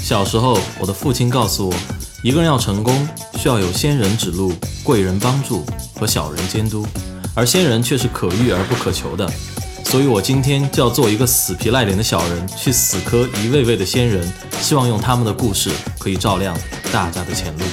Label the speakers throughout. Speaker 1: 小时候，我的父亲告诉我，一个人要成功，需要有仙人指路、贵人帮助和小人监督，而仙人却是可遇而不可求的。所以我今天就要做一个死皮赖脸的小人，去死磕一位位的仙人，希望用他们的故事可以照亮大家的前路。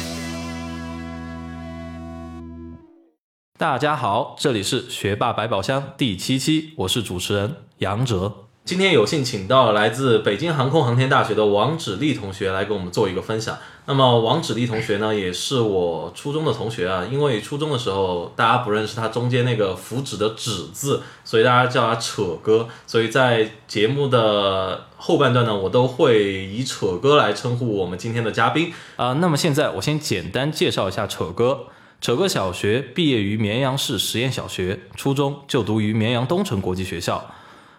Speaker 1: 大家好，这里是学霸百宝箱第七期，我是主持人杨哲。今天有幸请到来自北京航空航天大学的王芷丽同学来给我们做一个分享。那么王芷丽同学呢，也是我初中的同学啊，因为初中的时候大家不认识他中间那个福祉的“祉”字，所以大家叫他扯哥。所以在节目的后半段呢，我都会以扯哥来称呼我们今天的嘉宾啊、那么现在我先简单介绍一下扯哥。扯哥小学毕业于绵阳市实验小学，初中就读于绵阳东城国际学校，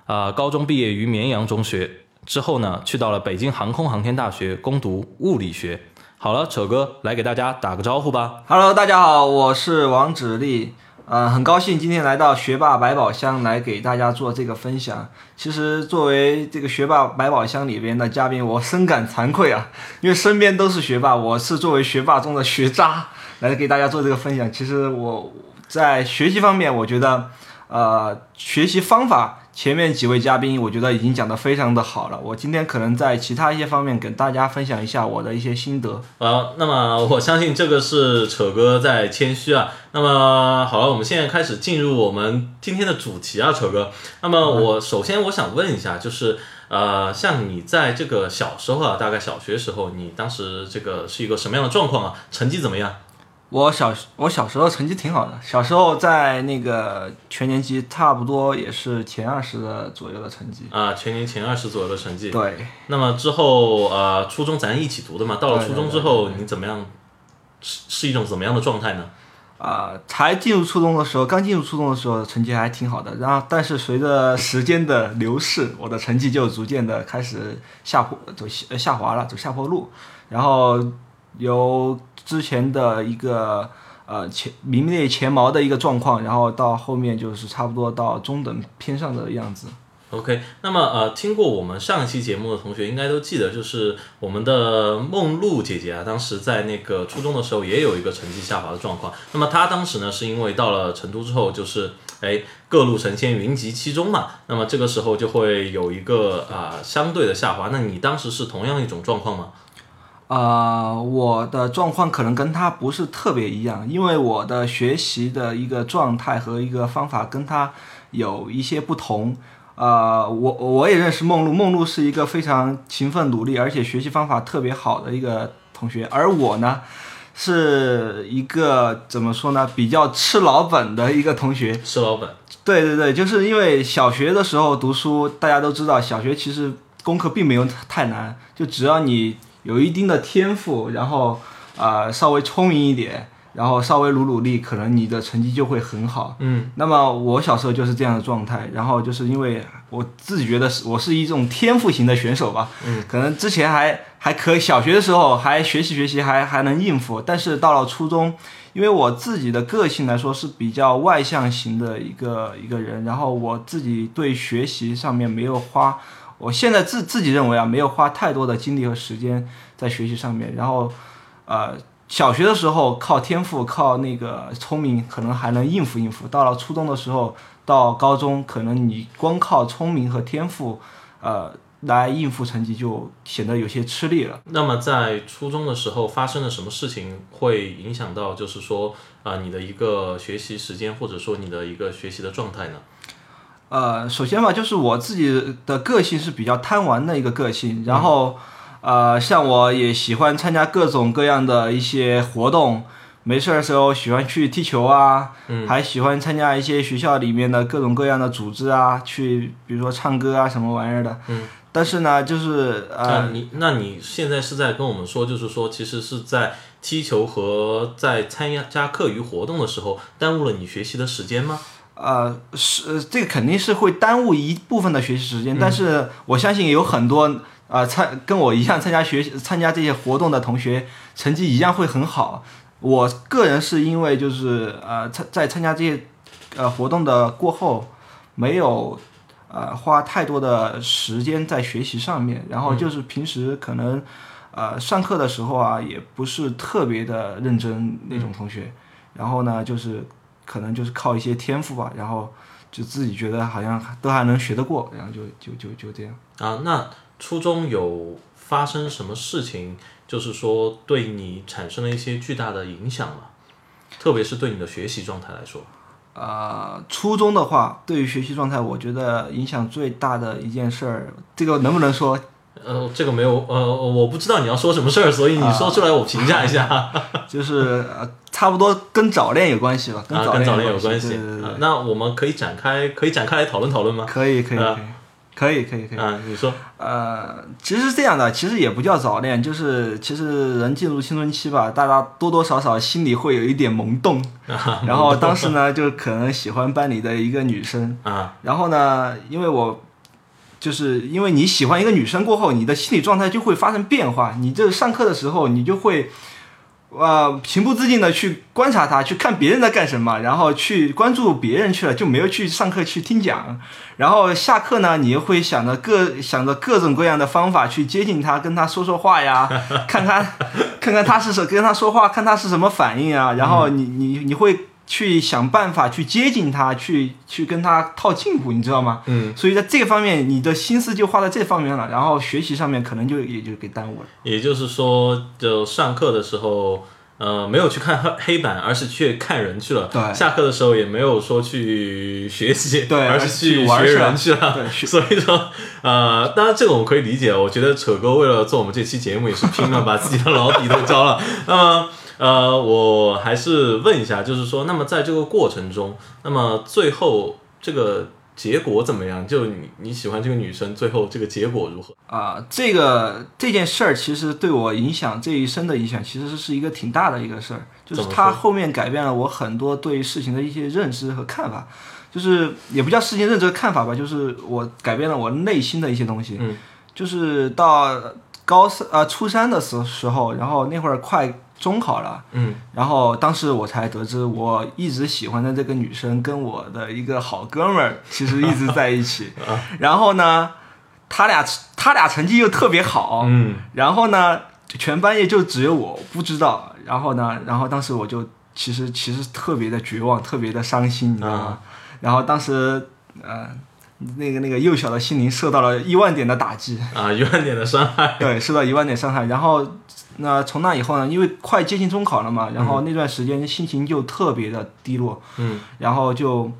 Speaker 1: 啊、高中毕业于绵阳中学。之后呢，去到了北京航空航天大学攻读物理学。好了，扯哥来给大家打个招呼吧。
Speaker 2: Hello，大家好，我是王芷丽。呃，很高兴今天来到学霸百宝箱来给大家做这个分享。其实作为这个学霸百宝箱里边的嘉宾，我深感惭愧啊，因为身边都是学霸，我是作为学霸中的学渣来给大家做这个分享。其实我在学习方面，我觉得呃，学习方法前面几位嘉宾我觉得已经讲得非常的好了。我今天可能在其他一些方面跟大家分享一下我的一些心得。
Speaker 1: 呃，那么我相信这个是扯哥在谦虚啊。那么好了，我们现在开始进入我们今天的主题啊，扯哥。那么我首先我想问一下，就是呃，像你在这个小时候啊，大概小学时候，你当时这个是一个什么样的状况啊？成绩怎么样？
Speaker 2: 我小我小时候成绩挺好的，小时候在那个全年级差不多也是前二十的左右的成绩。
Speaker 1: 啊、全年前二十左右的成绩。
Speaker 2: 对，
Speaker 1: 那么之后呃，初中咱一起读的嘛，到了
Speaker 2: 对
Speaker 1: 初
Speaker 2: 对
Speaker 1: 中
Speaker 2: 对
Speaker 1: 之后，你怎么样？是是一种怎么样的状态呢？
Speaker 2: 啊、才进入初中的时候，刚进入初中的时候成绩还挺好的，然后但是随着时间的流逝，我的成绩就逐渐的开始下坡走下呃下滑了，走下坡路。然后由之前的一个呃前名列前茅的一个状况，然后到后面就是差不多到中等偏上的样子。
Speaker 1: OK，那么呃，听过我们上一期节目的同学应该都记得，就是我们的梦露姐姐啊，当时在那个初中的时候也有一个成绩下滑的状况。那么她当时呢，是因为到了成都之后，就是哎各路神仙云集其中嘛，那么这个时候就会有一个啊、相对的下滑。那你当时是同样一种状况吗？
Speaker 2: 呃，我的状况可能跟他不是特别一样，因为我的学习的一个状态和一个方法跟他有一些不同。呃，我我也认识梦露，梦露是一个非常勤奋努力，而且学习方法特别好的一个同学，而我呢，是一个怎么说呢，比较吃老本的一个同学。
Speaker 1: 是老本。
Speaker 2: 对对对，就是因为小学的时候读书，大家都知道，小学其实功课并没有太难，就只要你有一定的天赋，然后啊、呃稍微聪明一点，然后稍微努努力，可能你的成绩就会很好。
Speaker 1: 嗯，
Speaker 2: 那么我小时候就是这样的状态，然后就是因为我自己觉得是我是一种天赋型的选手吧，嗯，可能之前还还可以，小学的时候还学习学习还还能应付，但是到了初中，因为我自己的个性来说是比较外向型的一个一个人，然后我自己对学习上面没有花，我现在自自己认为啊，没有花太多的精力和时间在学习上面，然后呃，小学的时候靠天赋、靠那个聪明，可能还能应付应付。到了初中的时候，到高中，可能你光靠聪明和天赋，呃，来应付成绩就显得有些吃力了。
Speaker 1: 那么在初中的时候发生了什么事情，会影响到就是说啊、你的一个学习时间，或者说你的一个学习的状态呢？
Speaker 2: 呃，首先吧，就是我自己的个性是比较贪玩的一个个性，然后，呃，像我也喜欢参加各种各样的一些活动，没事儿的时候喜欢去踢球啊，还喜欢参加一些学校里面的各种各样的组织啊，去比如说唱歌啊什么玩意儿的。嗯。但是呢，就是呃，
Speaker 1: 那你那你现在是在跟我们说，就是说，其实是在踢球和在参加课余活动的时候，耽误了你学习的时间吗？
Speaker 2: 呃，是呃这个肯定是会耽误一部分的学习时间，但是我相信有很多呃参跟我一样参加学参加这些活动的同学，成绩一样会很好。我个人是因为就是呃参在参加这些呃活动的过后，没有呃花太多的时间在学习上面，然后就是平时可能呃上课的时候啊也不是特别的认真那种同学，然后呢就是可能就是靠一些天赋吧，然后就自己觉得好像都还能学得过，然后就就就就这样。
Speaker 1: 啊，那初中有发生什么事情，就是说对你产生了一些巨大的影响吗？特别是对你的学习状态来说，
Speaker 2: 呃，初中的话，对于学习状态，我觉得影响最大的一件事儿，这个能不 能说？
Speaker 1: 呃，这个没有，呃，我不知道你要说什么事儿，所以你说出来我评价一下，
Speaker 2: 就是呃，差不多跟早恋有关系吧，
Speaker 1: 啊，
Speaker 2: 早
Speaker 1: 跟早
Speaker 2: 恋
Speaker 1: 恋有关
Speaker 2: 系。
Speaker 1: 系、
Speaker 2: 对对对
Speaker 1: 啊那我们可以展开，可以展开来讨论讨论吗？
Speaker 2: 可以可以
Speaker 1: 啊
Speaker 2: 可以可以可以可以。
Speaker 1: 啊，你说，
Speaker 2: 呃，其实是这样的，其实也不叫早恋，就是其实人进入青春期吧，大家多多少少心里会有一点 萌动。然后当时呢，就可能喜欢班里的一个女生，
Speaker 1: 啊，
Speaker 2: 然后呢，因为我就是因为你喜欢一个女生过后，你的心理状态就会发生变化。你这上课的时候，你就会呃情不自禁的去观察她，去看别人在干什么，然后去关注别人去了，就没有去上课去听讲。然后下课呢，你又会想着各想着各种各样的方法去接近她，跟她说说话呀，看看看看她是什跟她说话，看她是什么反应啊。然后你你你会。去想办法去接近她，去去跟她套近乎，你知道吗？
Speaker 1: 嗯，
Speaker 2: 所以在这个方面，你的心思就花在这方面了，然后学习上面可能就也就给耽误了。
Speaker 1: 也就是说，就上课的时候，呃，没有去看黑黑板，而是去看人去了。
Speaker 2: 对
Speaker 1: 下课的时候也没有说去学习，
Speaker 2: 对
Speaker 1: 而
Speaker 2: 而
Speaker 1: 是
Speaker 2: 是去玩
Speaker 1: 学
Speaker 2: 去了
Speaker 1: 人去了。
Speaker 2: 对
Speaker 1: 所以说，呃，当然这个我们可以理解。我觉得扯哥为了做我们这期节目也是拼了，把自己的老底都交了。那么。呃，我还是问一下，就是说，那么在这个过程中，那么最后这个结果怎么样？就你你喜欢这个女生，最后这个结果如何？
Speaker 2: 啊、这个这件事儿其实对我影响这一生的影响，其实是一个挺大的一个事儿，就是
Speaker 1: 怎么
Speaker 2: 它
Speaker 1: 说
Speaker 2: 后面改变了我很多对于事情的一些认知和看法，就是也不叫事情认知和看法吧，就是我改变了我内心的一些东西。
Speaker 1: 嗯，
Speaker 2: 就是到高三呃初三的时时候，然后那会儿快中考了。
Speaker 1: 嗯
Speaker 2: 然后当时我才得知，我一直喜欢的这个女生跟我的一个好哥们儿其实一直在一起。然后呢，他俩他俩成绩又特别好，
Speaker 1: 嗯，
Speaker 2: 然后呢，全班也就只有我不知道。然后呢，然后当时我就其实其实特别的绝望，特别的伤心，你知道吗？然后当时呃，那个那个幼小的心灵受到了一万点的打击。
Speaker 1: 啊，远点的伤害。
Speaker 2: 对，受到一万点伤害。然后，那从那以后呢，因为快接近中考了嘛，然后那段时间心情就特别的低落，
Speaker 1: 嗯
Speaker 2: 然后就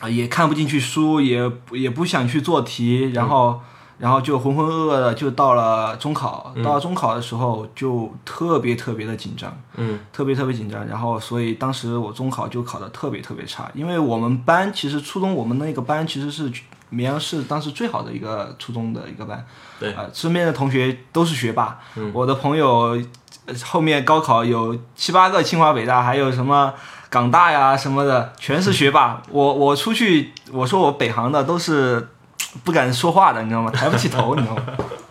Speaker 2: 啊也看不进去书，也不也不想去做题，
Speaker 1: 嗯
Speaker 2: 然后然后就浑浑噩噩的就到了中考。
Speaker 1: 嗯
Speaker 2: 到了中考的时候就特别特别的紧张，
Speaker 1: 嗯
Speaker 2: 特别特别紧张。然后所以当时我中考就考的特别特别差，因为我们班其实初中我们那个班其实是绵阳市当时最好的一个初中的一个班。
Speaker 1: 对
Speaker 2: 啊、身边的同学都是学霸，我的朋友呃后面高考有七八个清华北大，还有什么港大呀什么的，全是学霸。我我出去我说我北航的都是不敢说话的，你知道吗？抬不起头，你知道吗？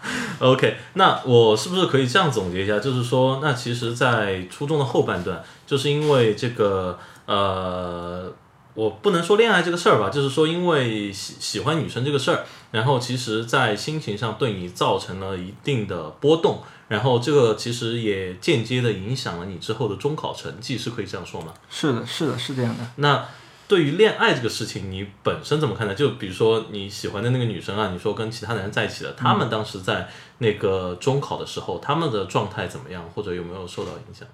Speaker 1: ，OK，那我是不是可以这样总结一下？就是说，那其实，在初中的后半段，就是因为这个呃，我不能说恋爱这个事儿吧，就是说因为喜喜欢女生这个事儿，然后其实，在心情上对你造成了一定的波动，然后这个其实也间接的影响了你之后的中考成绩，是可以这样说吗？
Speaker 2: 是的，是的，是这样的。
Speaker 1: 那对于恋爱这个事情，你本身怎么看待？就比如说你喜欢的那个女生啊，你说跟其他男人在一起了，他们当时在那个中考的时候，他们的状态怎么样，或者有没有受到影响？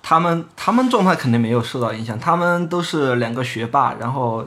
Speaker 2: 他们他们状态肯定没有受到影响，他们都是两个学霸，然后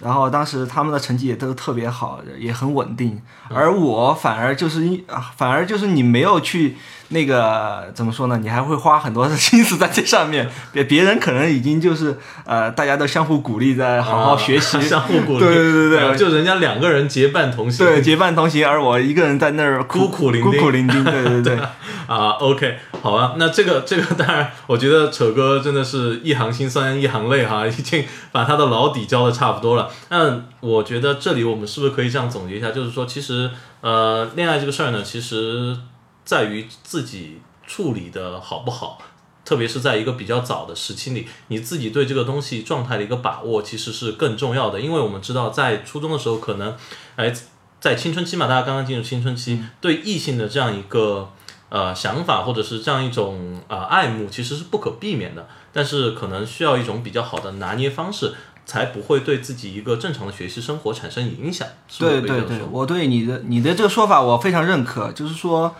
Speaker 2: 然后当时他们的成绩也都特别好，也很稳定，
Speaker 1: 嗯
Speaker 2: 而我反而就是因啊，反而就是你没有去那个怎么说呢？你还会花很多的心思在这上面， 别别人可能已经就是呃，大家都相互鼓励，在哎好好学习，
Speaker 1: 啊 相互鼓励，
Speaker 2: 对对对对
Speaker 1: 呃就人家两个人结伴同行，
Speaker 2: 对结伴同行，而我一个人在那儿
Speaker 1: 孤苦伶仃
Speaker 2: 孤苦伶仃，对对对。
Speaker 1: 啊，OK，好啊，那这个这个当然，我觉得扯哥真的是一行心酸一行泪哈，已 经把他的老底交的差不多了。那我觉得这里我们是不是可以这样总结一下，就是说，其实呃，恋爱这个事儿呢，其实在于自己处理的好不好。特别是在一个比较早的时期里，你自己对这个东西状态的一个把握，其实是更重要的。因为我们知道，在初中的时候，
Speaker 2: 嗯
Speaker 1: 可能，哎，在青春期嘛，大家刚刚进入青春期，对异性的这样一个呃想法或者是这样一种呃爱慕，其实是不可避免的，但是可能需要一种比较好的拿捏方式，才不会对自己一个正常的学习生活产生影响。是不是
Speaker 2: 对
Speaker 1: 可以这样
Speaker 2: 对对
Speaker 1: 说，
Speaker 2: 我对你的你的这个说法我非常认可，就是说，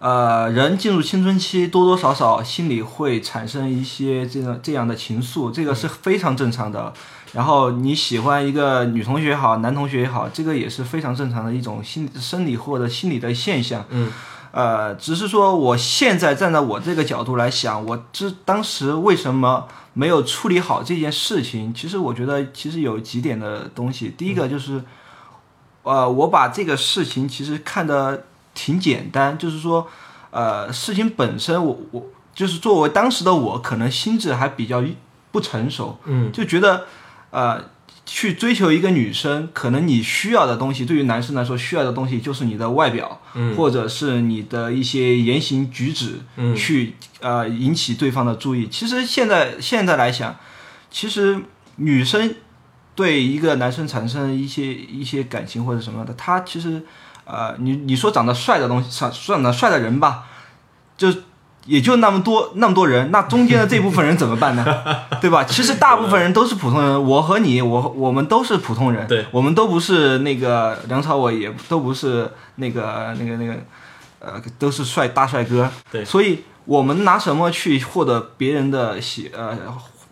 Speaker 2: 呃，人进入青春期，多多少少心里会产生一些这样这样的情愫，这个是非常正常的。然后你喜欢一个女同学也好，男同学也好，这个也是非常正常的一种心生理或者心理的现象。
Speaker 1: 嗯，
Speaker 2: 呃，只是说我现在站在我这个角度来想，我这当时为什么没有处理好这件事情？其实我觉得其实有几点的东西，第一个就是。呃，我把这个事情其实看得挺简单，就是说，呃，事情本身我，我就是作为当时的我，可能心智还比较不成熟，
Speaker 1: 嗯，
Speaker 2: 就觉得，呃，去追求一个女生，可能你需要的东西，对于男生来说需要的东西就是你的外表，
Speaker 1: 嗯，
Speaker 2: 或者是你的一些言行举止，
Speaker 1: 嗯
Speaker 2: 去呃引起对方的注意。其实现在现在来想，其实女生对一个男生产生一些一些感情或者什么的，他其实呃，你你说长得帅的东西，长长得帅的人吧，就也就那么多那么多人，那中间的这部分人怎么 办呢？对吧？其实大部分人都是普通人，我和你，我和我们都是普通人，
Speaker 1: 对，
Speaker 2: 我们都不是那个梁朝伟，也都不是那个那个那个，呃，都是帅大帅哥，
Speaker 1: 对
Speaker 2: 所以我们拿什么去获得别人的喜呃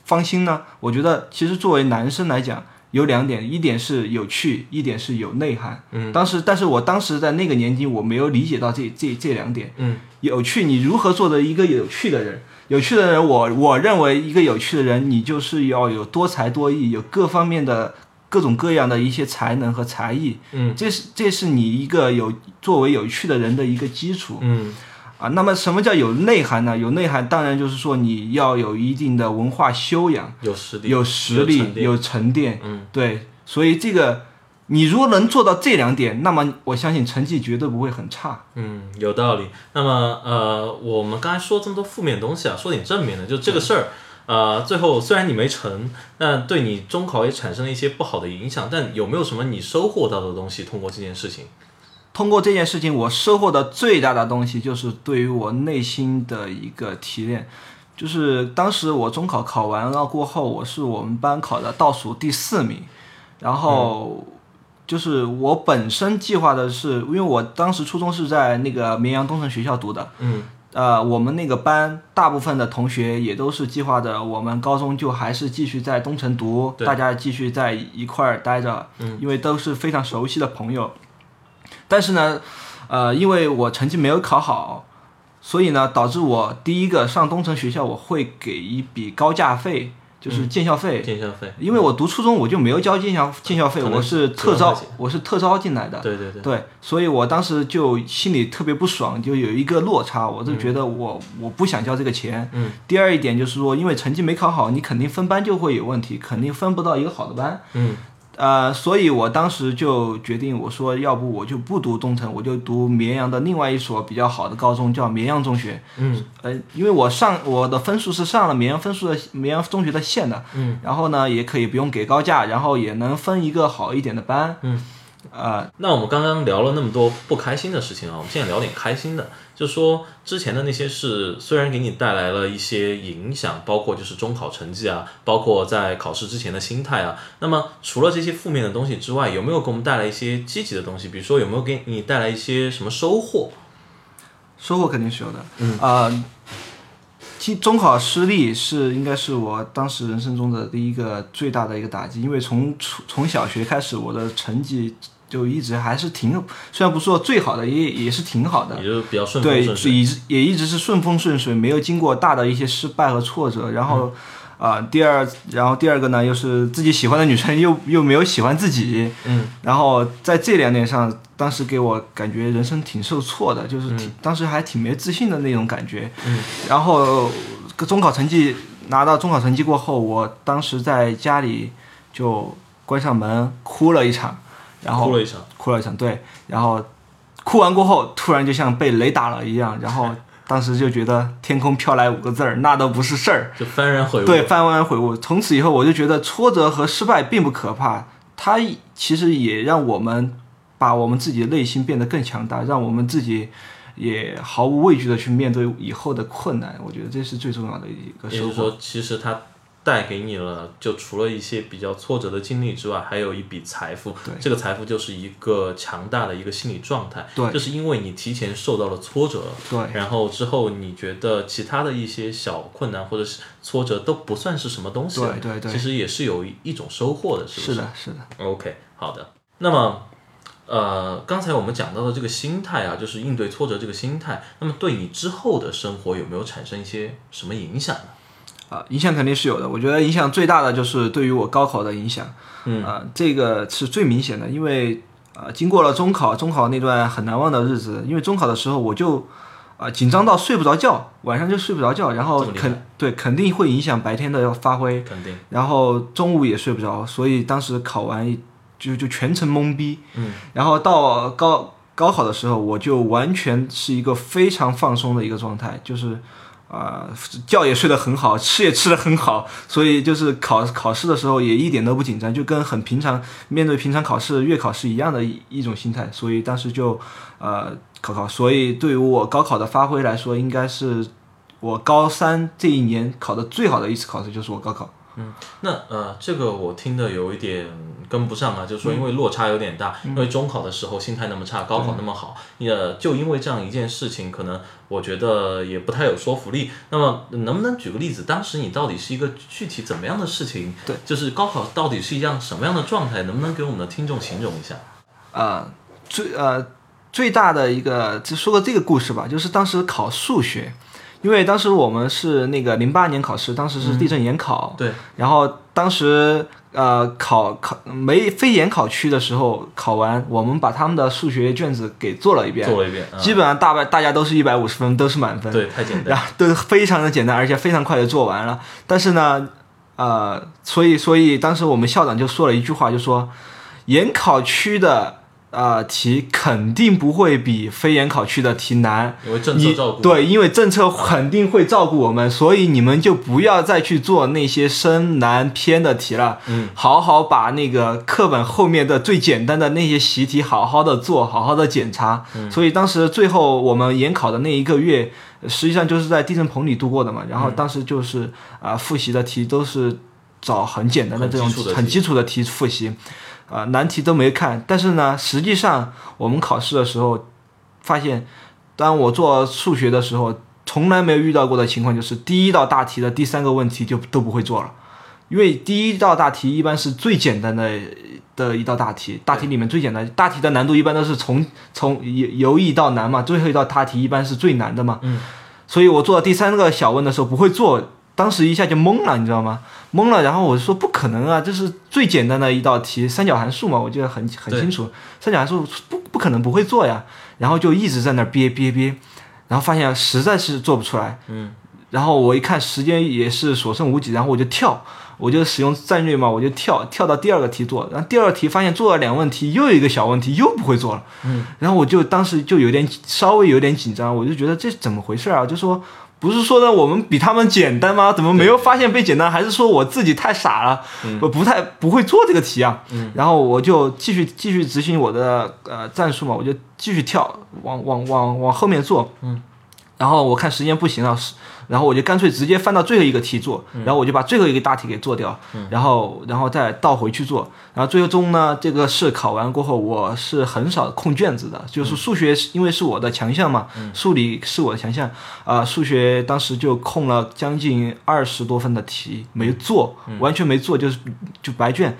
Speaker 2: 芳心呢？我觉得其实作为男生来讲，有两点，一点是有趣，一点是有内涵。
Speaker 1: 嗯
Speaker 2: 当时，但是我当时在那个年纪，我没有理解到这这这两点。
Speaker 1: 嗯
Speaker 2: 有趣，你如何做的一个有趣的人？有趣的人我，我认为一个有趣的人，你就是要有多才多艺，有各方面的各种各样的一些才能和才艺。
Speaker 1: 嗯
Speaker 2: 这是这是你一个有作为有趣的人的一个基础。
Speaker 1: 嗯
Speaker 2: 啊，那么什么叫有内涵呢？有内涵，当然就是说你要有一定的文化修养，
Speaker 1: 有实力，
Speaker 2: 有实力，
Speaker 1: 有
Speaker 2: 有
Speaker 1: 沉淀
Speaker 2: 沉淀。
Speaker 1: 嗯，
Speaker 2: 对，所以这个你如果能做到这两点，那么我相信成绩绝对不会很差。
Speaker 1: 嗯，有道理。那么呃，我们刚才说这么多负面东西啊，说点正面的，就这个事儿。呃，最后虽然你没成，但对你中考也产生了一些不好的影响。但有没有什么你收获到的东西？通过这件事情，
Speaker 2: 通过这件事情，我收获的最大的东西就是对于我内心的一个提炼。就是当时我中考考完了过后，我是我们班考的倒数第四名，然
Speaker 1: 嗯
Speaker 2: 后就是我本身计划的是，因为我当时初中是在那个绵阳东城学校读的，
Speaker 1: 嗯
Speaker 2: 呃，我们那个班大部分的同学也都是计划着，我们高中就还是继续在东城读，
Speaker 1: 对
Speaker 2: 大家继续在一块儿待着，
Speaker 1: 嗯
Speaker 2: 因为都是非常熟悉的朋友。但是呢，呃，因为我成绩没有考好，所以呢，导致我第一个上东城学校，我会给一笔高价
Speaker 1: 嗯
Speaker 2: 费，就是建校费，
Speaker 1: 见校费，
Speaker 2: 因为我读初中我就没有交建校建校费，
Speaker 1: 可能
Speaker 2: 我是
Speaker 1: 主要
Speaker 2: 特
Speaker 1: 花
Speaker 2: 招
Speaker 1: 钱，
Speaker 2: 我是特招进来的。
Speaker 1: 对对对，
Speaker 2: 对，所以我当时就心里特别不爽，就有一个落差，我就觉得我、我不想交这个钱。
Speaker 1: 嗯
Speaker 2: 第二一点就是说，因为成绩没考好，你肯定分班就会有问题，肯定分不到一个好的班。
Speaker 1: 嗯
Speaker 2: 呃，所以我当时就决定，我说要不我就不读东城，我就读绵阳的另外一所比较好的高中，叫绵阳中学。
Speaker 1: 嗯
Speaker 2: 呃，因为我上我的分数是上了绵阳分数的绵阳中学的线的，
Speaker 1: 嗯，
Speaker 2: 然后呢也可以不用给高价，然后也能分一个好一点的班，
Speaker 1: 嗯，
Speaker 2: 呃，
Speaker 1: 那我们刚刚聊了那么多不开心的事情啊，我们现在聊点开心的，就说之前的那些事，虽然给你带来了一些影响，包括就是中考成绩啊，包括在考试之前的心态啊。那么除了这些负面的东西之外，有没有给我们带来一些积极的东西？比如说有没有给你带来一些什么收获？
Speaker 2: 收获肯定是有的。嗯呃，其中考失利是应该是我当时人生中的第一个最大的一个打击，因为从初从小学开始，我的成绩就一直还是挺，虽然不是说最好的，也也是挺好的
Speaker 1: 也。就是比较顺风
Speaker 2: 对，
Speaker 1: 顺水。
Speaker 2: 一直也一直是顺风顺水，没有经过大的一些失败和挫折。然后，
Speaker 1: 嗯
Speaker 2: 啊、第二，然后第二个呢，又是自己喜欢的女生又又没有喜欢自己，
Speaker 1: 嗯
Speaker 2: 然后在这两点上，当时给我感觉人生挺受挫的，就是挺、当时还挺没自信的那种感觉。
Speaker 1: 嗯、
Speaker 2: 然后中考成绩拿到中考成绩过后，我当时在家里就关上门哭了一场，然后
Speaker 1: 哭了一场，
Speaker 2: 哭了一场，对，然后哭完过后，突然就像被雷打了一样，然后当时就觉得天空飘来五个字儿，那都不是事儿。
Speaker 1: 就幡然悔悟。
Speaker 2: 对，翻完悔悟。从此以后，我就觉得挫折和失败并不可怕，它其实也让我们把我们自己的内心变得更强大，让我们自己也毫无畏惧的去面对以后的困难。我觉得这是最重要的一个
Speaker 1: 也
Speaker 2: 收
Speaker 1: 就是
Speaker 2: 获。
Speaker 1: 说，其实它带给你了，就除了一些比较挫折的经历之外，还有一笔财富。
Speaker 2: 对
Speaker 1: 这个财富就是一个强大的一个心理状态。
Speaker 2: 对
Speaker 1: 就是因为你提前受到了挫折，
Speaker 2: 对，
Speaker 1: 然后之后你觉得其他的一些小困难或者是挫折都不算是什么东西了，
Speaker 2: 对对对
Speaker 1: 其实也是有一一种收获的，是不
Speaker 2: 是的，是的，
Speaker 1: OK，好的。那么，呃，刚才我们讲到的这个心态啊，就是应对挫折这个心态，那么对你之后的生活有没有产生一些什么影响呢？
Speaker 2: 啊，影响肯定是有的。我觉得影响最大的就是对于我高考的影响，嗯啊、这个是最明显的，因为啊、经过了中考，中考那段很难忘的日子，因为中考的时候我就啊、紧张到睡不着觉，晚上就睡不着觉，然后
Speaker 1: 这么厉害
Speaker 2: 肯对肯定会影响白天的发挥，
Speaker 1: 肯定，
Speaker 2: 然后中午也睡不着，所以当时考完就就全程懵逼。嗯，然后到高高考的时候，我就完全是一个非常放松的一个状态，就是啊、觉也睡得很好，吃也吃得很好，所以就是考考试的时候也一点都不紧张，就跟很平常面对平常考试、月考试一样的一一种心态，所以当时就呃考考，所以对于我高考的发挥来说，应该是。我高三这一年考的最好的一次考试就是我高考，
Speaker 1: 那呃，这个我听的有一点跟不上啊，就是
Speaker 2: 嗯
Speaker 1: 说因为落差有点大，因为中考的时候心态那么差，高考那么好，也就因为这样一件事情，可能我觉得也不太有说服力。那么能不能举个例子，当时你到底是一个具体怎么样的事情？
Speaker 2: 对，
Speaker 1: 就是高考到底是一样什么样的状态？能不能给我们的听众形容一下？
Speaker 2: 呃，最呃最大的一个，就说个这个故事吧，就是当时考数学，因为当时我们是那个零八年考试，当时是地震研考，
Speaker 1: 嗯对，
Speaker 2: 然后当时呃考考没非研考区的时候，考完我们把他们的数学卷子给做了一遍，嗯
Speaker 1: 做了一遍，嗯
Speaker 2: 基本上大半大家都是一百五十分，都是满分，
Speaker 1: 对，太简单。
Speaker 2: 然后都非常的简单，而且非常快就做完了。但是呢，呃，所以所以当时我们校长就说了一句话，就说研考区的呃题肯定不会比非研考区的题难。
Speaker 1: 因为政策
Speaker 2: 你
Speaker 1: 照顾，
Speaker 2: 对，因为政策肯定会照顾我们，所以你们就不要再去做那些深难偏的题了。
Speaker 1: 嗯，
Speaker 2: 好好把那个课本后面的最简单的那些习题好好的做，好好的检查。
Speaker 1: 嗯
Speaker 2: 所以当时最后我们研考的那一个月，实际上就是在地震棚里度过的嘛。然后当时就是啊、复习的题都是找很简单的这种
Speaker 1: 很基础的题
Speaker 2: 很基础的题复习，啊、难题都没看。但是呢，实际上我们考试的时候发现，当我做数学的时候，从来没有遇到过的情况就是第一道大题的第三个问题就都不会做了。因为第一道大题一般是最简单的的一道大题，大题里面最简单，大题的难度一般都是从从由由易到难嘛，最后一道大题一般是最难的嘛。
Speaker 1: 嗯。
Speaker 2: 所以我做第三个小问的时候不会做，当时一下就懵了，你知道吗？懵了，然后我就说不可能啊，这是最简单的一道题，三角函数嘛，我记得很很
Speaker 1: 对
Speaker 2: 清楚，三角函数不不可能不会做呀。然后就一直在那儿憋憋憋，然后发现实在是做不出来，
Speaker 1: 嗯，
Speaker 2: 然后我一看时间也是所剩无几，然后我就跳，我就使用战略嘛，我就跳跳到第二个题做，然后第二个题发现做了两问题，又有一个小问题又不会做了，嗯，然后我就当时就有点稍微有点紧张，我就觉得这怎么回事啊？就说不是说呢我们比他们简单吗？怎么没有发现被简单？还是说我自己太傻了，我不太不会做这个题啊？然后我就继续继续执行我的呃战术嘛，我就继续跳，往往往往后面做，嗯，然后我看时间不行了，是然后我就干脆直接翻到最后一个题做，然后我就把最后一个大题给做掉，然后然后再倒回去做，然后最终呢，这个试考完过后，我是很少空卷子的，就是数学是因为是我的强项嘛，数理是我的强项，啊、数学当时就空了将近二十多分的题没做，完全没做，就是就白卷，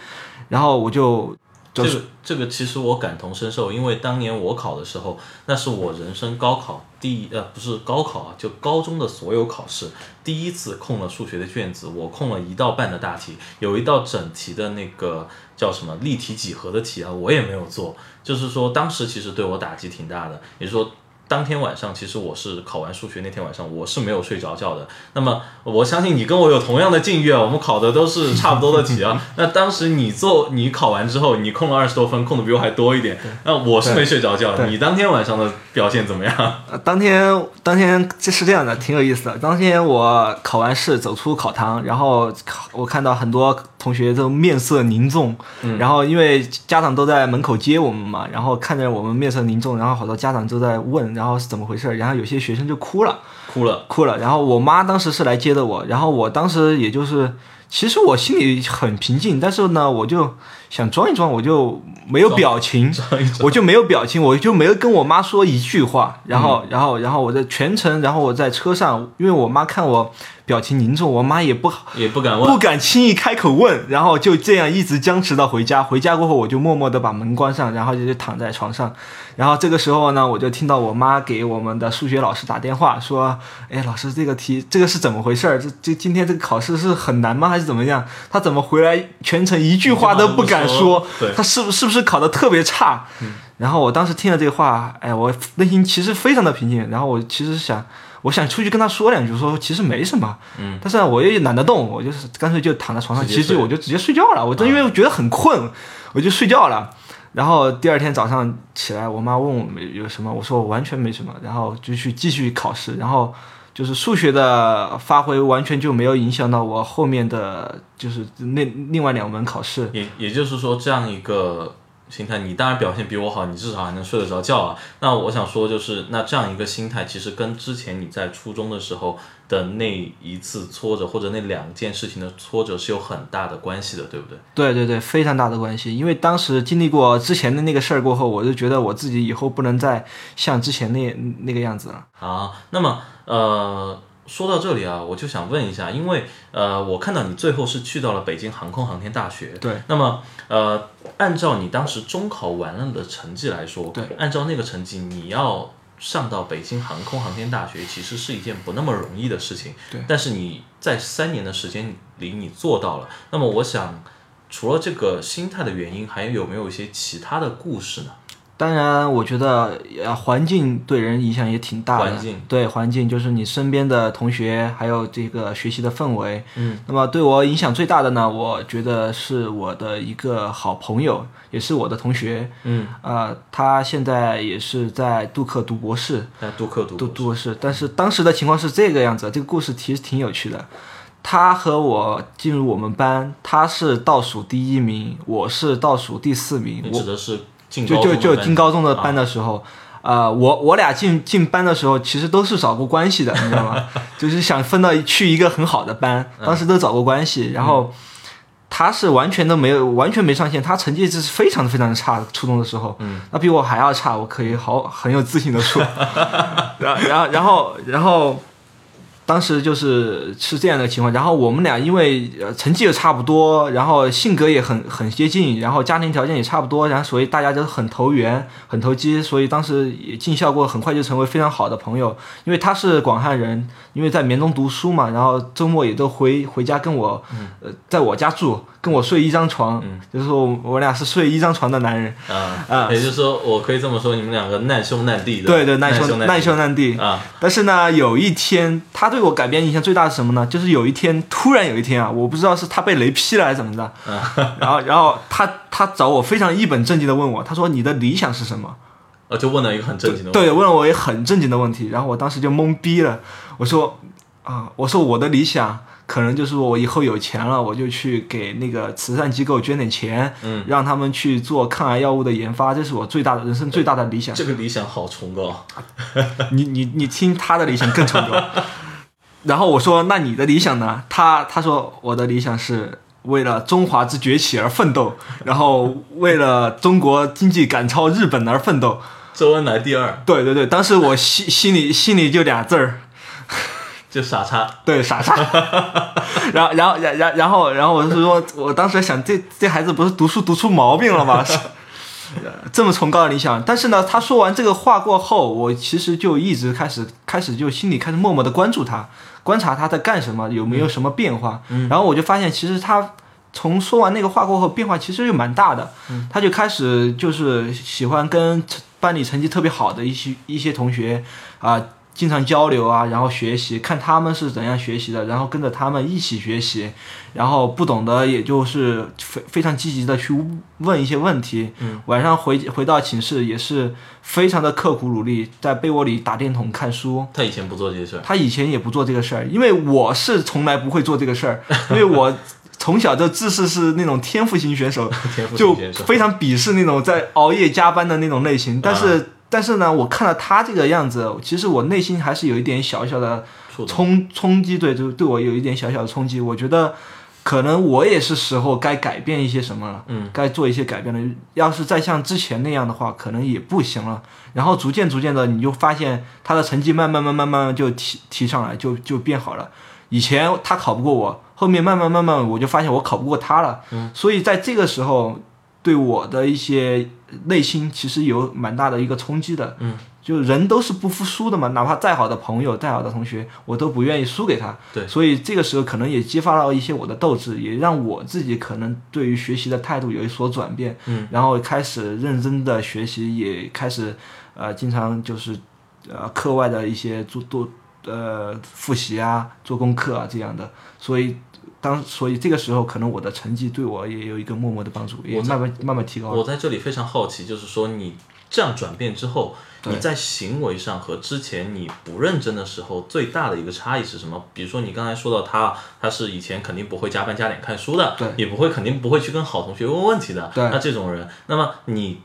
Speaker 2: 然后我就
Speaker 1: 这个这个其实我感同身受，因为当年我考的时候，那是我人生高考第一呃不是高考啊，就高中的所有考试第一次空了数学的卷子，我空了一道半的大题，有一道整题的那个叫什么立体几何的题啊，我也没有做，就是说当时其实对我打击挺大的，也就是说。当天晚上，其实我是考完数学那天晚上，我是没有睡着觉的。那么我相信你跟我有同样的境遇，啊，我们考的都是差不多的题啊。那当时你做你考完之后，你空了二十多分，空的比我还多一点。那我是没睡着觉，
Speaker 2: 对
Speaker 1: 你当天晚上的表现怎么样？
Speaker 2: 呃，当天当天这是这样的，挺有意思的。当天我考完试走出考堂，然后考我看到很多同学都面色凝重，然后因为家长都在门口接我们嘛，然后看着我们面色凝重，然后好多家长都在问问，然后是怎么回事儿，然后有些学生就哭了，
Speaker 1: 哭 了，
Speaker 2: 哭了。然后我妈当时是来接的我，然后我当时也就是，其实我心里很平静，但是呢，我就想装一装，我就没有表情， 我就没有表情，我就没有跟我妈说一句话。然后，然后，然后我在全程，然后我在车上，因为我妈看我表情凝重，我妈也不好。
Speaker 1: 也不敢问。
Speaker 2: 不敢轻易开口问，然后就这样一直僵持到回家。回家过后，我就默默地把门关上，然后就就躺在床上。然后这个时候呢，我就听到我妈给我们的数学老师打电话，说：“哎，老师，这个题这个是怎么回事儿？这这今天这个考试是很难吗？还是怎么样？他怎么回来全程一句话都不敢说
Speaker 1: 对？
Speaker 2: 他是不是不是考得特别差？”然后我当时听了这话，哎，我内心其实非常的平静。然后我其实想，我想出去跟他说两句，说其实没什么。嗯。但是呢我也懒得动，我就是干脆就躺在床上，
Speaker 1: 直接睡
Speaker 2: 其实我就直接睡觉了。我正因为我觉得很困，我就睡觉了。然后第二天早上起来，我妈问我没有什么，我说我完全没什么，然后就去继续考试，然后就是数学的发挥完全就没有影响到我后面的就是那另外两门考试。
Speaker 1: 也也就是说，这样一个心态，你当然表现比我好，你至少还能睡得着觉啊。那我想说，就是那这样一个心态，其实跟之前你在初中的时候的那一次挫折，或者那两件事情的挫折是有很大的关系的，对不对？
Speaker 2: 对对对，非常大的关系，因为当时经历过之前的那个事儿过后，我就觉得我自己以后不能再像之前那那个样子了。
Speaker 1: 啊，那么呃，说到这里啊，我就想问一下，因为呃，我看到你最后是去到了北京航空航天大学，
Speaker 2: 对，
Speaker 1: 那么呃，按照你当时中考完了的成绩来说，
Speaker 2: 对，
Speaker 1: 按照那个成绩，你要上到北京航空航天大学，其实是一件不那么容易的事情，
Speaker 2: 对
Speaker 1: 但是你在三年的时间里你做到了，那么我想。除了这个心态的原因，还有没有一些其他的故事呢？
Speaker 2: 当然，我觉得呃，环境对人影响也挺大的。
Speaker 1: 环境
Speaker 2: 对环境，就是你身边的同学，还有这个学习的氛围。
Speaker 1: 嗯，
Speaker 2: 那么对我影响最大的呢，我觉得是我的一个好朋友，也是我的同学。
Speaker 1: 嗯，
Speaker 2: 呃，他现在也是在杜克读博士。
Speaker 1: 在杜克读
Speaker 2: 都都是，但是当时的情况是这个样子，这个故事其实挺有趣的。他和我进入我们班，他是倒数第一名，我是倒数第四名
Speaker 1: 你。
Speaker 2: 我
Speaker 1: 指的是进
Speaker 2: 就
Speaker 1: 高
Speaker 2: 就
Speaker 1: 中
Speaker 2: 就
Speaker 1: 的
Speaker 2: 进
Speaker 1: 班
Speaker 2: 高中的
Speaker 1: 啊
Speaker 2: 班的时候，啊、我我俩进进班的时候，其实都是找过关系的，你知 道吗？就是想分到去一个很好的班，
Speaker 1: 嗯
Speaker 2: 当时都找过关系，然后。他是完全都没有，完全没上线，他成绩是非常非常的差的。初中的时候，嗯，那比我还要差，我可以好很有自信 的说。然后，然后，然后，然后，当时就是是这样的情况，然后我们俩因为呃成绩也差不多，然后性格也很很接近，然后家庭条件也差不多，然后所以大家就很投缘、很投机，所以当时也进校过，很快就成为非常好的朋友。因为他是广汉人，因为在绵东读书嘛，然后周末也都回回家跟我，呃，在我家住，跟我睡一张床，就是说我我俩是睡一张床的男人。
Speaker 1: 啊
Speaker 2: 啊，
Speaker 1: 也就是说，我可以这么说，你们两个难兄难弟的，
Speaker 2: 对对，
Speaker 1: 难
Speaker 2: 难兄
Speaker 1: 难
Speaker 2: 难兄难弟。
Speaker 1: 啊，
Speaker 2: 但是呢，有一天他对我改变印象最大是什么呢？就是有一天突然有一天啊，我不知道是他被雷劈了还是怎么的，
Speaker 1: 啊
Speaker 2: 然后然后他他找我非常一本正经的问我，他说你的理想是什么？
Speaker 1: 我哦就问了一个很正经的问题，
Speaker 2: 对，问了我也很正经的问题，然后我当时就懵逼了，我说啊，我说我的理想可能就是我以后有钱了，我就去给那个慈善机构捐点钱，
Speaker 1: 嗯，
Speaker 2: 让他们去做抗癌药物的研发，这是我最大的人生最大的理想。
Speaker 1: 这个理想好崇高，
Speaker 2: 你你你听他的理想更成功。 然后我说：“那你的理想呢？”他他说：“我的理想是为了中华之崛起而奋斗，然后为了中国经济赶超日本而奋斗。
Speaker 1: 周恩来第二，”
Speaker 2: 对对对，当时我心心里心里就俩字儿，
Speaker 1: 就傻叉，
Speaker 2: 对傻傻。 然后然后然然然后然后我是说，我当时想这这孩子不是读书读出毛病了吗？ 这么崇高的理想，但是呢，他说完这个话过后，我其实就一直开始开始就心里开始默默的关注他，观察他在干什么，有没有什么变化。然后我就发现，其实他从说完那个话过后，变化其实就蛮大的。他就开始就是喜欢跟成班里成绩特别好的一些一些同学啊、经常交流啊，然后学习，看他们是怎样学习的，然后跟着他们一起学习。然后不懂的也就是非非常积极的去问一些问题，嗯，晚上回回到寝室也是非常的刻苦努力，在被窝里打电筒看书。
Speaker 1: 他以前不做这些事儿，
Speaker 2: 他以前也不做这个事儿，因为我是从来不会做这个事儿，因为我从小就自视是那种天赋型选手，
Speaker 1: 天赋
Speaker 2: 就
Speaker 1: 型选手，啊
Speaker 2: 非常鄙视那种在熬夜加班的那种类型。但是但是呢，我看到他这个样子，其实我内心还是有一点小小的
Speaker 1: 触动
Speaker 2: 冲冲击，对，就对我有一点小小的冲击。我觉得可能我也是时候该改变一些什么了，
Speaker 1: 嗯，
Speaker 2: 该做一些改变了。要是再像之前那样的话，可能也不行了。然后逐渐逐渐的，你就发现他的成绩慢慢慢慢慢慢就提提上来，就就变好了。以前他考不过我，后面慢慢慢慢我就发现我考不过他了。嗯，所以在这个时候，对我的一些内心其实有蛮大的一个冲击的。
Speaker 1: 嗯，
Speaker 2: 就人都是不服输的嘛，哪怕再好的朋友、再好的同学，我都不愿意输给他。
Speaker 1: 对
Speaker 2: 所以这个时候可能也激发到一些我的斗志，也让我自己可能对于学习的态度有所转变。
Speaker 1: 嗯，
Speaker 2: 然后开始认真的学习，也开始呃经常就是呃课外的一些做多呃复习啊、做功课啊这样的，所以。当所以这个时候，可能我的成绩对我也有一个默默的帮助，也慢慢慢慢提高了。
Speaker 1: 我在这里非常好奇，就是说你这样转变之后，你在行为上和之前你不认真的时候最大的一个差异是什么？比如说你刚才说到他，他是以前肯定不会加班加点看书的，
Speaker 2: 对
Speaker 1: 也不会肯定不会去跟好同学问问题的，
Speaker 2: 对
Speaker 1: 那这种人，那么你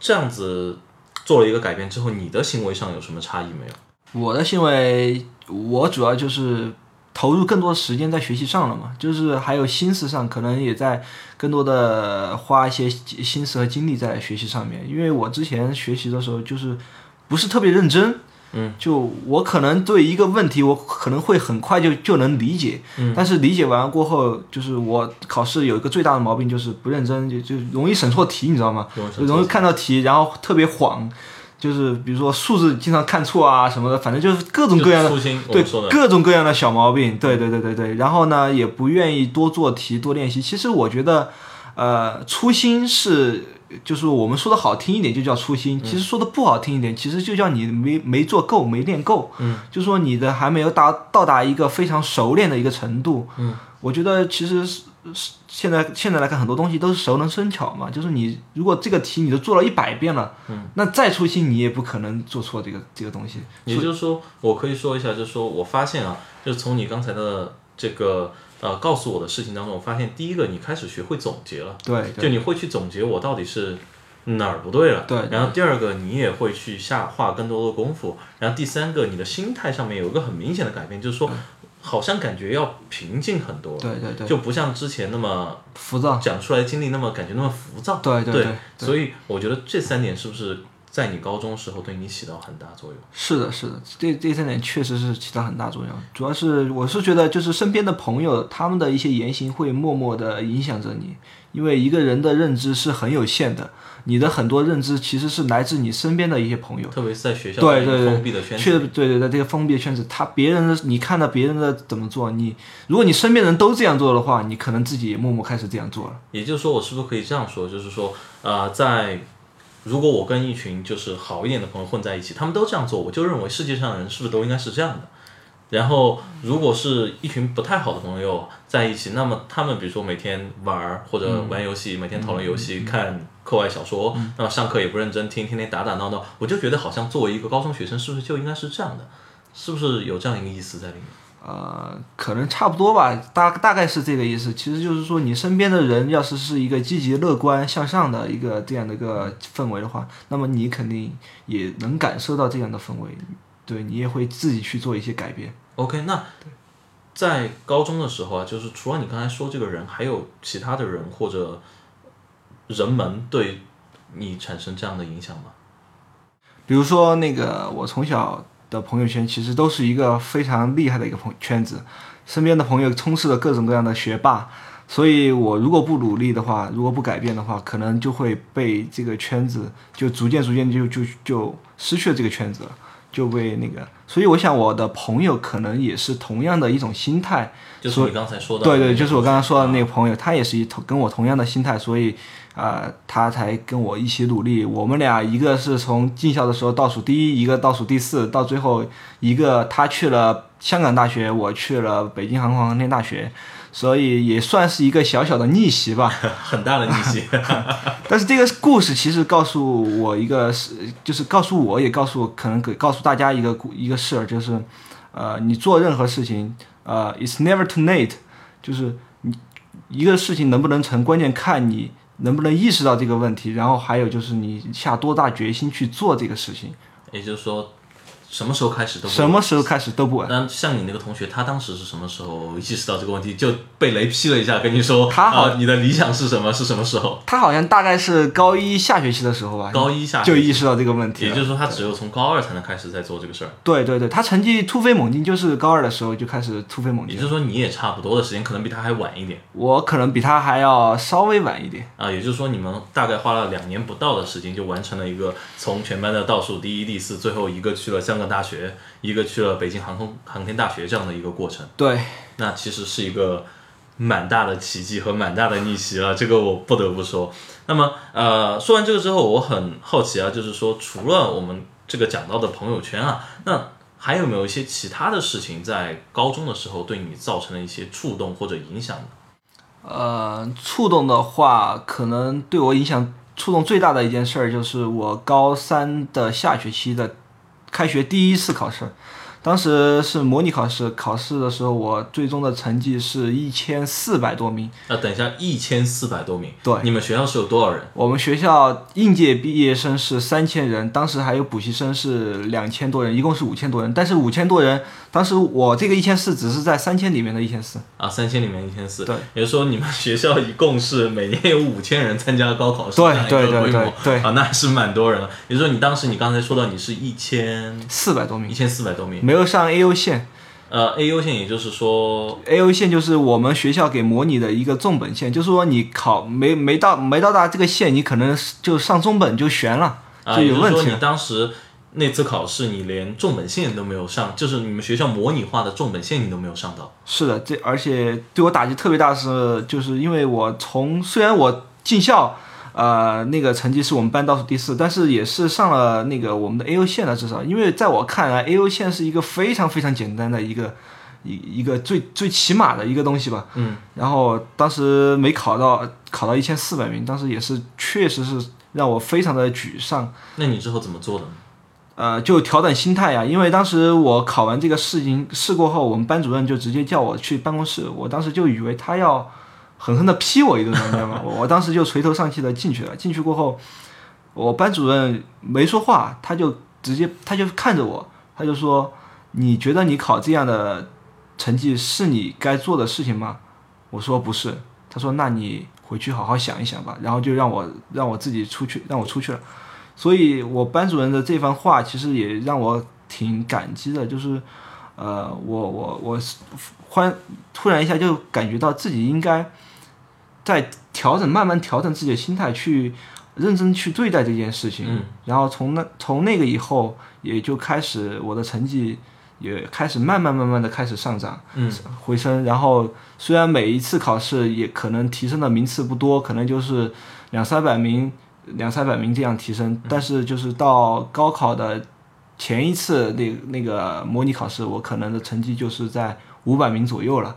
Speaker 1: 这样子做了一个改变之后，你的行为上有什么差异没有？
Speaker 2: 我的行为，我主要就是投入更多时间在学习上了嘛，就是还有心思上，可能也在更多的花一些心思和精力在学习上面。因为我之前学习的时候，就是不是特别认真，嗯，就我可能对一个问题，我可能会很快就就能理解，嗯，但是理解完过后，就是我考试有一个最大的毛病就是不认真，就就容易审错题，你知道吗？
Speaker 1: 容易
Speaker 2: 就容易看到题，然后特别晃。就是比如说数字经常看错啊什么的，反正就是各种各样的
Speaker 1: 就粗心，我
Speaker 2: 对
Speaker 1: 们说的，
Speaker 2: 各种各样的小毛病，对对对对对。然后呢，也不愿意多做题、多练习。其实我觉得，呃，初心是就是我们说的好听一点就叫
Speaker 1: 嗯
Speaker 2: 初心，其实说的不好听一点，其实就叫你没没做够、没练够。嗯，就说你的还没有达到达一个非常熟练的一个程度。嗯，我觉得其实是是现在现在来看，很多东西都是熟能生巧嘛。就是你如果这个题你都做了一百遍了，嗯，那再初心你也不可能做错这个这个东西。
Speaker 1: 也就是说，我可以说一下，就是说我发现啊，就是从你刚才的这个呃告诉我的事情当中，我发现第一个你开始学会总结了。
Speaker 2: 对对。
Speaker 1: 就你会去总结我到底是哪儿不对了，
Speaker 2: 对
Speaker 1: 然后第二个，你也会去下画更多的功夫，然后第三个，你的心态上面有一个很明显的改变，就是说，好像感觉要平静很多，
Speaker 2: 对对对，
Speaker 1: 就不像之前那么
Speaker 2: 浮躁，
Speaker 1: 讲出来的经历那么感觉那么浮躁。
Speaker 2: 对对
Speaker 1: 对
Speaker 2: 对，
Speaker 1: 所以我觉得这三点是不是在你高中时候对你起到很大作用？
Speaker 2: 是的，是的，这这三点确实是起到很大作用。主要是我是觉得，就是身边的朋友他们的一些言行会默默的影响着你，因为一个人的认知是很有限的，你的很多认知其实是来自你身边的一些朋友。
Speaker 1: 特别是在学校
Speaker 2: 对
Speaker 1: 这样一个
Speaker 2: 对对
Speaker 1: 封闭的圈子，
Speaker 2: 确实对对对，这个封闭的圈子，他别人的你看到别人的怎么做，你如果你身边人都这样做的话，你可能自己也默默开始这样做了。
Speaker 1: 也就是说，我是不是可以这样说，就是说，呃，在如果我跟一群就是好一点的朋友混在一起，他们都这样做，我就认为世界上的人是不是都应该是这样的？然后，如果是一群不太好的朋友在一起，那么他们比如说每天玩儿或者玩游戏，每天讨论游戏、看课外小说，
Speaker 2: 嗯
Speaker 1: 那么上课也不认真听，天天打打闹闹，我就觉得好像作为一个高中学生，是不是就应该是这样的？是不是有这样一个意思在里面？
Speaker 2: 呃，可能差不多吧，大大概是这个意思。其实就是说，你身边的人要是是一个积极、乐观、向上的一个这样的一个氛围的话，那么你肯定也能感受到这样的氛围，对你也会自己去做一些改变。
Speaker 1: OK，那在高中的时候啊，就是除了你刚才说这个人，还有其他的人或者人们对你产生这样的影响吗？
Speaker 2: 比如说那个我从小的朋友圈，其实都是一个非常厉害的一个朋圈子，身边的朋友充斥着各种各样的学霸，所以我如果不努力的话，如果不改变的话，可能就会被这个圈子就逐渐逐渐就就就失去了这个圈子了，就被那个。所以我想我的朋友可能也是同样的一种心态，
Speaker 1: 就是你刚才说的，
Speaker 2: 哎对对，就是我刚刚说
Speaker 1: 啊
Speaker 2: 的那个朋友，他也是一同跟我同样的心态，所以呃，他才跟我一起努力。我们俩一个是从进校的时候倒数第一，一个倒数第四，到最后一个他去了香港大学，我去了北京航空航天大学，所以也算是一个小小的逆袭吧。
Speaker 1: 很大的逆袭。
Speaker 2: 但是这个故事其实告诉我一个事，就是告诉我也告诉可能给告诉大家一个故一个事儿，就是，呃，你做任何事情，呃，it's never too late，就是你一个事情能不能成，关键看你能不能意识到这个问题，然后还有就是你下多大决心去做这个事情，
Speaker 1: 也就是说，什么时候开始都不
Speaker 2: 什么时候开始都不晚。
Speaker 1: 那像你那个同学，他当时是什么时候意识到这个问题，就被雷劈了一下，跟你说
Speaker 2: 他好
Speaker 1: 啊你的理想是什么？是什么时候？
Speaker 2: 他好像大概是高一下学期的时候吧，
Speaker 1: 高一下
Speaker 2: 就意识到这个问题
Speaker 1: 也
Speaker 2: 了。
Speaker 1: 就是说，他只有从高二才能开始在做这个事儿。
Speaker 2: 对对对，他成绩突飞猛进，就是高二的时候就开始突飞猛
Speaker 1: 也就。
Speaker 2: 进
Speaker 1: 是说，你也差不多的时间，可能比他还晚一点
Speaker 2: 我可能比他还要稍微晚一点。
Speaker 1: 啊。也就是说，你们大概花了两年不到的时间，就完成了一个从全班的倒数第一、第四，最后一个去了香港大学，一个去了北京航空航天大学这样的一个过程。
Speaker 2: 对，
Speaker 1: 那其实是一个蛮大的奇迹和蛮大的逆袭啊了，这个我不得不说。那么，呃，说完这个之后，我很好奇啊，就是说，除了我们这个讲到的朋友圈啊，那还有没有一些其他的事情在高中的时候对你造成了一些触动或者影响呢？
Speaker 2: 呃，触动的话，可能对我影响触动最大的一件事儿，就是我高三的下学期的开学第一次考试，当时是模拟考试，考试的时候我最终的成绩是一千四百多名。
Speaker 1: 那等一下，一千四百多名，
Speaker 2: 对
Speaker 1: 你们学校是有多少人？
Speaker 2: 我们学校应届毕业生是三千人，当时还有补习生是两千多人，一共是五千多人。但是五千多人，当时我这个一千四只是在三千里面的一千四。
Speaker 1: 啊，三千里面一千四，
Speaker 2: 对，
Speaker 1: 也就是说你们学校一共是每年有五千人参加高考，是这
Speaker 2: 对
Speaker 1: 样一个
Speaker 2: 对对
Speaker 1: 规模
Speaker 2: 对对
Speaker 1: 啊，那还是蛮多人了。也就是说你当时你刚才说到你是一千
Speaker 2: 四百多
Speaker 1: 一
Speaker 2: 名，
Speaker 1: 千四百多名，
Speaker 2: 没有上 AO 线。
Speaker 1: 呃，A U 线也就是说
Speaker 2: AO 线就是我们学校给模拟的一个重本线，就是说你考没没到没到达这个线，你可能就上中本就悬了，
Speaker 1: 啊，
Speaker 2: 就
Speaker 1: 也
Speaker 2: 有
Speaker 1: 就是
Speaker 2: 问
Speaker 1: 说
Speaker 2: 题
Speaker 1: 你
Speaker 2: 了。
Speaker 1: 当时那次考试你连重本线都没有上，就是你们学校模拟化的重本线你都没有上到，
Speaker 2: 是的，这而且对我打击特别大是，就是因为我从虽然我进校，呃，那个成绩是我们班倒数第四，但是也是上了那个我们的 AO 线了，至少，因为在我看来，AO 线是一个非常非常简单的一个一一个最最起码的一个东西吧。
Speaker 1: 嗯，
Speaker 2: 然后当时没考到，考到一千四百名，当时也是确实是让我非常的沮丧，
Speaker 1: 那你之后怎么做的呢？
Speaker 2: 呃，就调整心态呀、因为当时我考完这个事情事过后，我们班主任就直接叫我去办公室，我当时就以为他要狠狠的批我一顿，你知道吗？我我当时就垂头丧气的进去了，进去过后，我班主任没说话，他就直接他就看着我，他就说：“你觉得你考这样的成绩是你该做的事情吗？”我说不是，他说那你回去好好想一想吧，然后就让我让我自己出去，让我出去了。所以，我班主任的这番话其实也让我挺感激的，就是，呃，我我我欢突然一下就感觉到自己应该在调整，慢慢调整自己的心态，去认真去对待这件事情。
Speaker 1: 嗯
Speaker 2: 然后从那从那个以后，也就开始我的成绩也开始慢慢慢慢的开始上涨。
Speaker 1: 嗯，
Speaker 2: 回升，然后虽然每一次考试也可能提升的名次不多，可能就是两三百名、两三百名这样提
Speaker 1: 嗯
Speaker 2: 升，但是就是到高考的前一次那那个模拟考试，我可能的成绩就是在五百名左右了，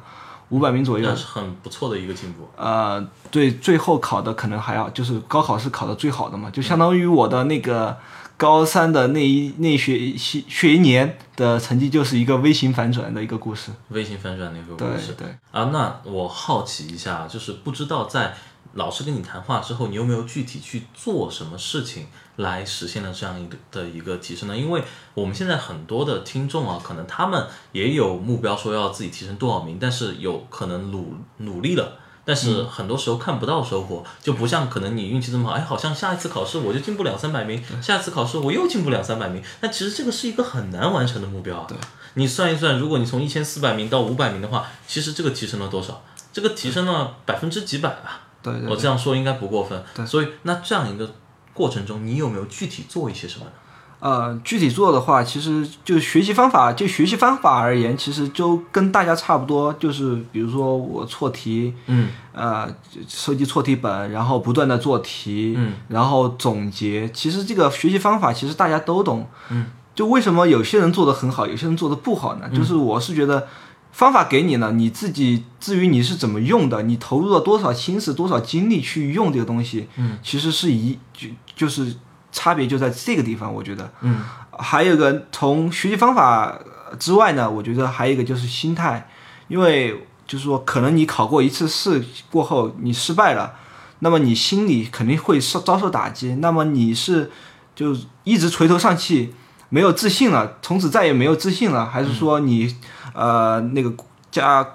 Speaker 2: 五百名左右
Speaker 1: 那。是很不错的一个进步。
Speaker 2: 呃，对，最后考的可能还要就是高考是考的最好的嘛，就相当于我的那个高三的那一那学学学一年的成绩就是一个 V 型反转的一个故事。
Speaker 1: 微型反转那个
Speaker 2: 对
Speaker 1: 故事
Speaker 2: 对。
Speaker 1: 啊，那我好奇一下，啊就是不知道在老师跟你谈话之后，你有没有具体去做什么事情来实现了这样一个的一个提升呢？因为我们现在很多的听众啊，可能他们也有目标说要自己提升多少名，但是有可能努努力了。但是很多时候看不到收获，就不像可能你运气这么好，哎，好像下一次考试我就进步两三百名，下次考试我又进步两三百名。那其实这个是一个很难完成的目标啊。你算一算，如果你从一千四百名到五百名的话，其实这个提升了多少？这个提升了百分之几百吧？
Speaker 2: 对对
Speaker 1: 我这样说应该不过分。所以那这样一个过程中，你有没有具体做一些什么呢？
Speaker 2: 呃，具体做的话，其实就学习方法，就学习方法而言，其实就跟大家差不多，就是比如说我错题，
Speaker 1: 嗯，
Speaker 2: 呃，收集错题本，然后不断的做题，嗯，然后总结。其实这个学习方法，其实大家都懂，嗯，就为什么有些人做的很好，有些人做的不好呢？就是我是觉得。方法给你了，你自己至于你是怎么用的，你投入了多少心思、多少精力去用这个东西，嗯，其实是一就就是差别就在这个地方，我觉得，嗯，还有一个从学习方法之外呢，我觉得还有一个就是心态，因为就是说，可能你考过一次试过后，你失败了，那么你心里肯定会受遭受打击，那么你是就一直垂头丧气，没有自信了，从此再也没有自信了，还是说你、呃那个加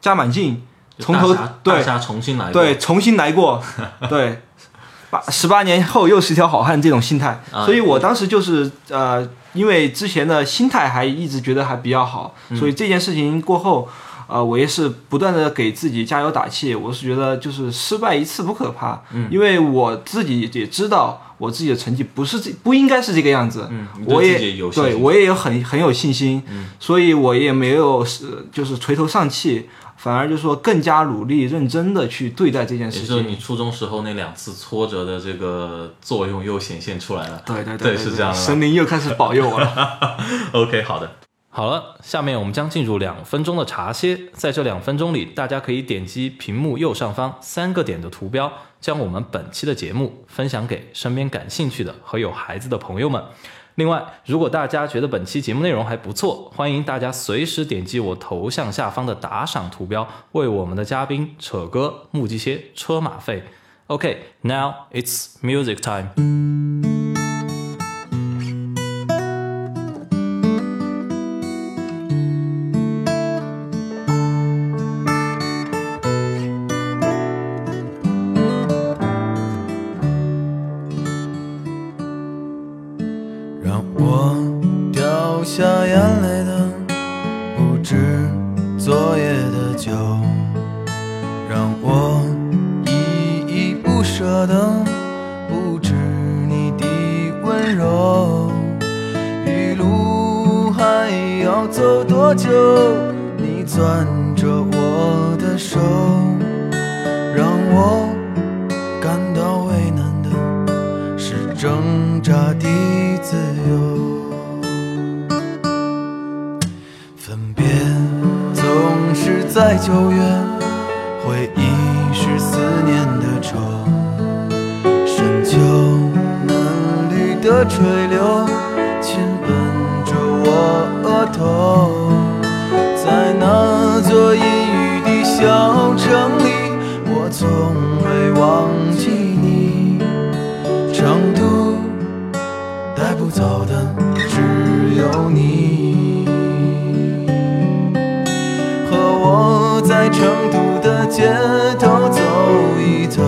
Speaker 2: 加满劲，
Speaker 1: 就
Speaker 2: 从
Speaker 1: 大
Speaker 2: 头
Speaker 1: 侠
Speaker 2: 对
Speaker 1: 大侠重新来过，
Speaker 2: 对，重新 来过，对，八十八年后又是一条好汉这种心态，
Speaker 1: 啊
Speaker 2: 所以我当时就是呃，因为之前的心态还一直觉得还比较好，
Speaker 1: 嗯
Speaker 2: 所以这件事情过后，呃，我也是不断的给自己加油打气，我是觉得就是失败一次不可怕，
Speaker 1: 嗯
Speaker 2: 因为我自己也知道我自己的成绩不是这不应该是这个样子，
Speaker 1: 嗯，你
Speaker 2: 我
Speaker 1: 对
Speaker 2: 也
Speaker 1: 自己有信
Speaker 2: 对
Speaker 1: 心
Speaker 2: 我也有很很有信心，
Speaker 1: 嗯
Speaker 2: 所以我也没有是就是垂头丧气，反而就说更加努力认真的去对待这件
Speaker 1: 也
Speaker 2: 事
Speaker 1: 就是
Speaker 2: 情。
Speaker 1: 你初中时候那两次挫折的这个作用又显现出来了。
Speaker 2: 对对
Speaker 1: 对
Speaker 2: 对，
Speaker 1: 是这样的
Speaker 2: 神灵又开始保佑 我了。
Speaker 1: OK，好的。好了，下面我们将进入两分钟的茶歇。在这两分钟里，大家可以点击屏幕右上方三个点的图标，将我们本期的节目分享给身边感兴趣的和有孩子的朋友们。另外，如果大家觉得本期节目内容还不错，欢迎大家随时点击我头像下方的打赏图标，为我们的嘉宾扯歌、木鸡些车马费。OK，now、it's music time。
Speaker 3: 让我掉下眼泪的不止昨夜的酒，让我依依不舍的不止你的温柔。余路还要走多久？你攥着我的手，让我感到为难的。是挣扎的自由。分别总是在九月，回忆是思念的愁，深秋嫩绿的垂柳亲吻着我额头，在那座阴雨的小城里，我从未忘记你。长途带不走的只有你。和我在成都的街头走一走，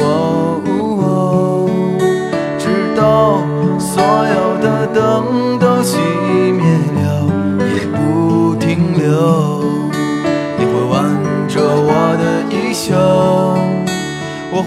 Speaker 3: 哦哦直到所有的灯都熄灭了，也不停留。你会挽着我的衣袖，我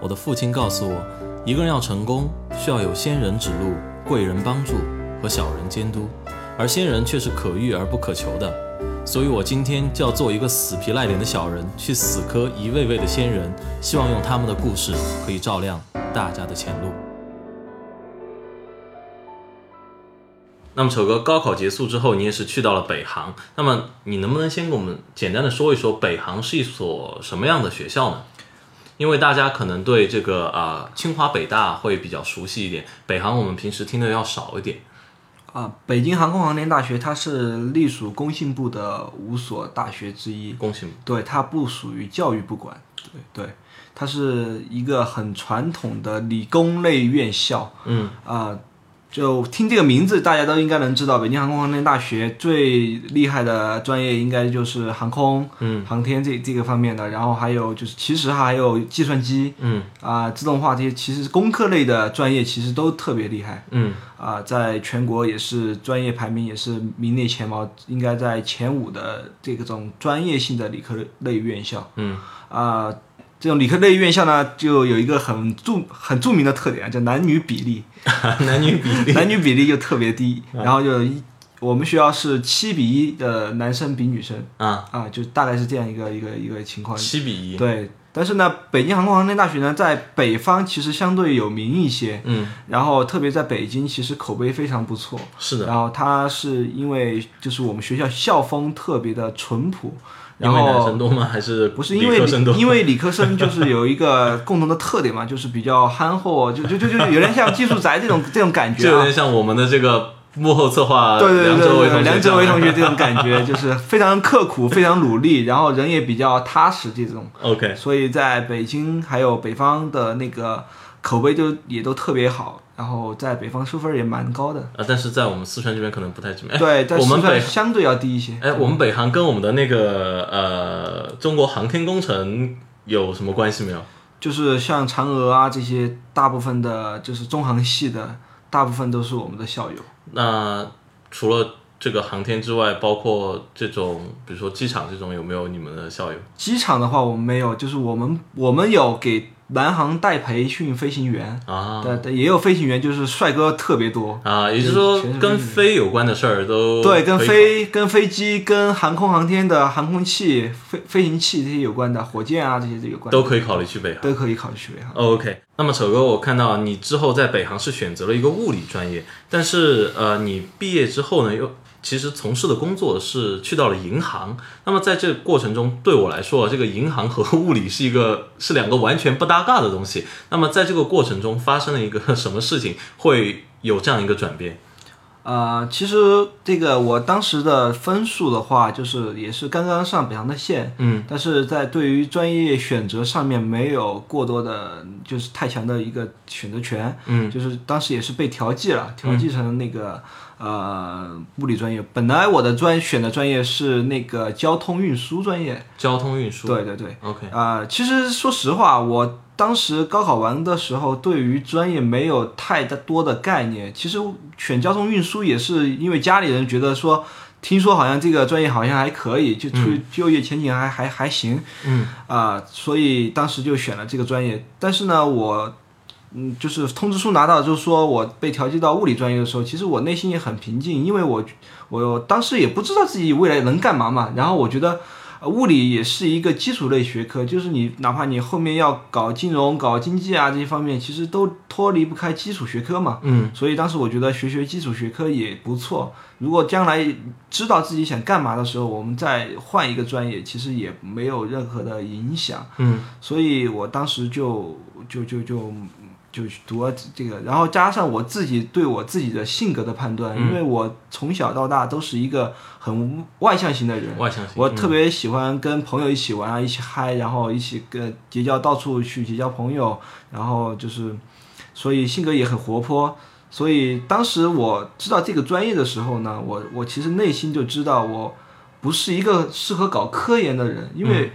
Speaker 1: 我的父亲告诉我，一个人要成功，需要有仙人指路、贵人帮助和小人监督，而仙人却是可遇而不可求的。所以我今天就要做一个死皮赖脸的小人，去死磕一位位的仙人，希望用他们的故事可以照亮大家的前路。那么，丑哥，高考结束之后，你也是去到了北航。那么，你能不能先给我们简单的说一说北航是一所什么样的学校呢？因为大家可能对这个啊、呃清华北大会比较熟悉一点，北航我们平时听的要少一点。
Speaker 2: 啊，北京航空航天大学它是隶属工信部的五所大学之一，
Speaker 1: 恭喜
Speaker 2: 对，它不属于教育部管，对对，它是一个很传统的理工类院校，
Speaker 1: 嗯
Speaker 2: 啊、就听这个名字，大家都应该能知道，北京航空航天大学最厉害的专业应该就是航空、
Speaker 1: 嗯
Speaker 2: 航天这这个方面的，然后还有就是其实还有计算机
Speaker 1: 嗯
Speaker 2: 啊、自动化这些，其实工科类的专业其实都特别厉害。
Speaker 1: 嗯
Speaker 2: 啊、在全国也是专业排名也是名列前茅，应该在前五的这种专业性的理科类院校
Speaker 1: 嗯
Speaker 2: 啊、这种理科类院校呢，就有一个很著很著名的特点啊，叫男女比例，
Speaker 1: 男女比例 嗯
Speaker 2: 男女比例就特别低，然后就一我们学校是七比一的男生比女生
Speaker 1: 啊，
Speaker 2: 啊、就大概是这样一个一个一个情况。
Speaker 1: 七比一。
Speaker 2: 对，但是呢，北京航空航天大学呢，在北方其实相对有名一些，
Speaker 1: 嗯，
Speaker 2: 然后特别在北京，其实口碑非常不错。
Speaker 1: 是的，
Speaker 2: 然后它是因为就是我们学校校风特别的淳朴，
Speaker 1: 因
Speaker 2: 然
Speaker 1: 为男
Speaker 2: 后
Speaker 1: 生多吗？还是
Speaker 2: 不是
Speaker 1: 理
Speaker 2: 因为
Speaker 1: 科生多？
Speaker 2: 因为理科生就是有 一个共同的特点嘛，就是比较憨厚，啊就就就就有点像技术宅这种这种感觉
Speaker 1: 就有
Speaker 2: 啊
Speaker 1: 点。像我们的这个幕后策划
Speaker 2: 对对对
Speaker 1: 梁哲
Speaker 2: 对
Speaker 1: 维
Speaker 2: 对，
Speaker 1: 同学
Speaker 2: 梁哲
Speaker 1: 这
Speaker 2: 维
Speaker 1: 样
Speaker 2: 同学这种感觉就是非常刻苦、非常努力，然后人也比较踏实这种。
Speaker 1: OK，
Speaker 2: 所以在北京还有北方的那个口碑就也都特别好，然后在北方收分也蛮高的。
Speaker 1: 啊，但是在我们四川这边可能不太知名。哎
Speaker 2: 对，在
Speaker 1: 我们
Speaker 2: 四川
Speaker 1: 北
Speaker 2: 相对要低一些。
Speaker 1: 哎，我们北航跟我们的那个呃中国航天工程有什么关系没有？
Speaker 2: 就是像嫦娥啊这些，大部分的就是中航系的，大部分都是我们的校友。
Speaker 1: 那除了这个航天之外，包括这种比如说机场这种，有没有你们的校友？
Speaker 2: 机场的话我们没有，就是我们我们有给南航代培训飞行员，
Speaker 1: 啊
Speaker 2: 对对，也有飞行员，就是帅哥特别多。
Speaker 1: 啊，也就是说
Speaker 2: 全是
Speaker 1: 跟飞有关的事儿都
Speaker 2: 对，跟
Speaker 1: 哦可以
Speaker 2: 飞、跟飞机、跟航空航天的航空器、飞飞行器这些有关的，火箭啊这些都有关的，
Speaker 1: 都可以考虑去北航。
Speaker 2: 都可以考虑去北航。
Speaker 1: 哦 OK，那么丑哥，我看到你之后在北航是选择了一个物理专业，但是呃，你毕业之后呢，又其实从事的工作是去到了银行。那么在这个过程中，对我来说，啊这个银行和物理是一个 是两个完全不搭嘎的东西。那么在这个过程中发生了一个什么事情，会有这样一个转变？
Speaker 2: 呃，其实这个我当时的分数的话，就是也是刚刚上北航的线，
Speaker 1: 嗯，
Speaker 2: 但是在对于专业选择上面没有过多的，就是太强的一个选择权，
Speaker 1: 嗯，
Speaker 2: 就是当时也是被调剂了，调剂成那个、呃物理专业。本来我的专选的专业是那个交通运输专业，
Speaker 1: 交通运输。
Speaker 2: 对对对，
Speaker 1: OK，
Speaker 2: 啊、其实说实话，我当时高考完的时候，对于专业没有太大多的概念。其实选交通运输也是因为家里人觉得说，听说好像这个专业好像还可以，就出于就业前景还、还还行
Speaker 1: 嗯
Speaker 2: 啊、所以当时就选了这个专业。但是呢，我。嗯，就是通知书拿到，就是说我被调剂到物理专业的时候，其实我内心也很平静，因为我我当时也不知道自己未来能干嘛嘛。然后我觉得呃物理也是一个基础类学科，就是你哪怕你后面要搞金融、搞经济啊这些方面，其实都脱离不开基础学科嘛。
Speaker 1: 嗯，
Speaker 2: 所以当时我觉得学学基础学科也不错。如果将来知道自己想干嘛的时候，我们再换一个专业，其实也没有任何的影响。
Speaker 1: 嗯，
Speaker 2: 所以我当时就就就就就读了这个，然后加上我自己对我自己的性格的判断，
Speaker 1: 嗯
Speaker 2: 因为我从小到大都是一个很外向型的人，
Speaker 1: 外向型
Speaker 2: 我
Speaker 1: 嗯
Speaker 2: 特别喜欢跟朋友一起玩啊，一起嗨，然后一起跟结交到处去结交朋友，然后就是，所以性格也很活泼。所以当时我知道这个专业的时候呢，我我其实内心就知道我不是一个适合搞科研的人，
Speaker 1: 嗯
Speaker 2: 因为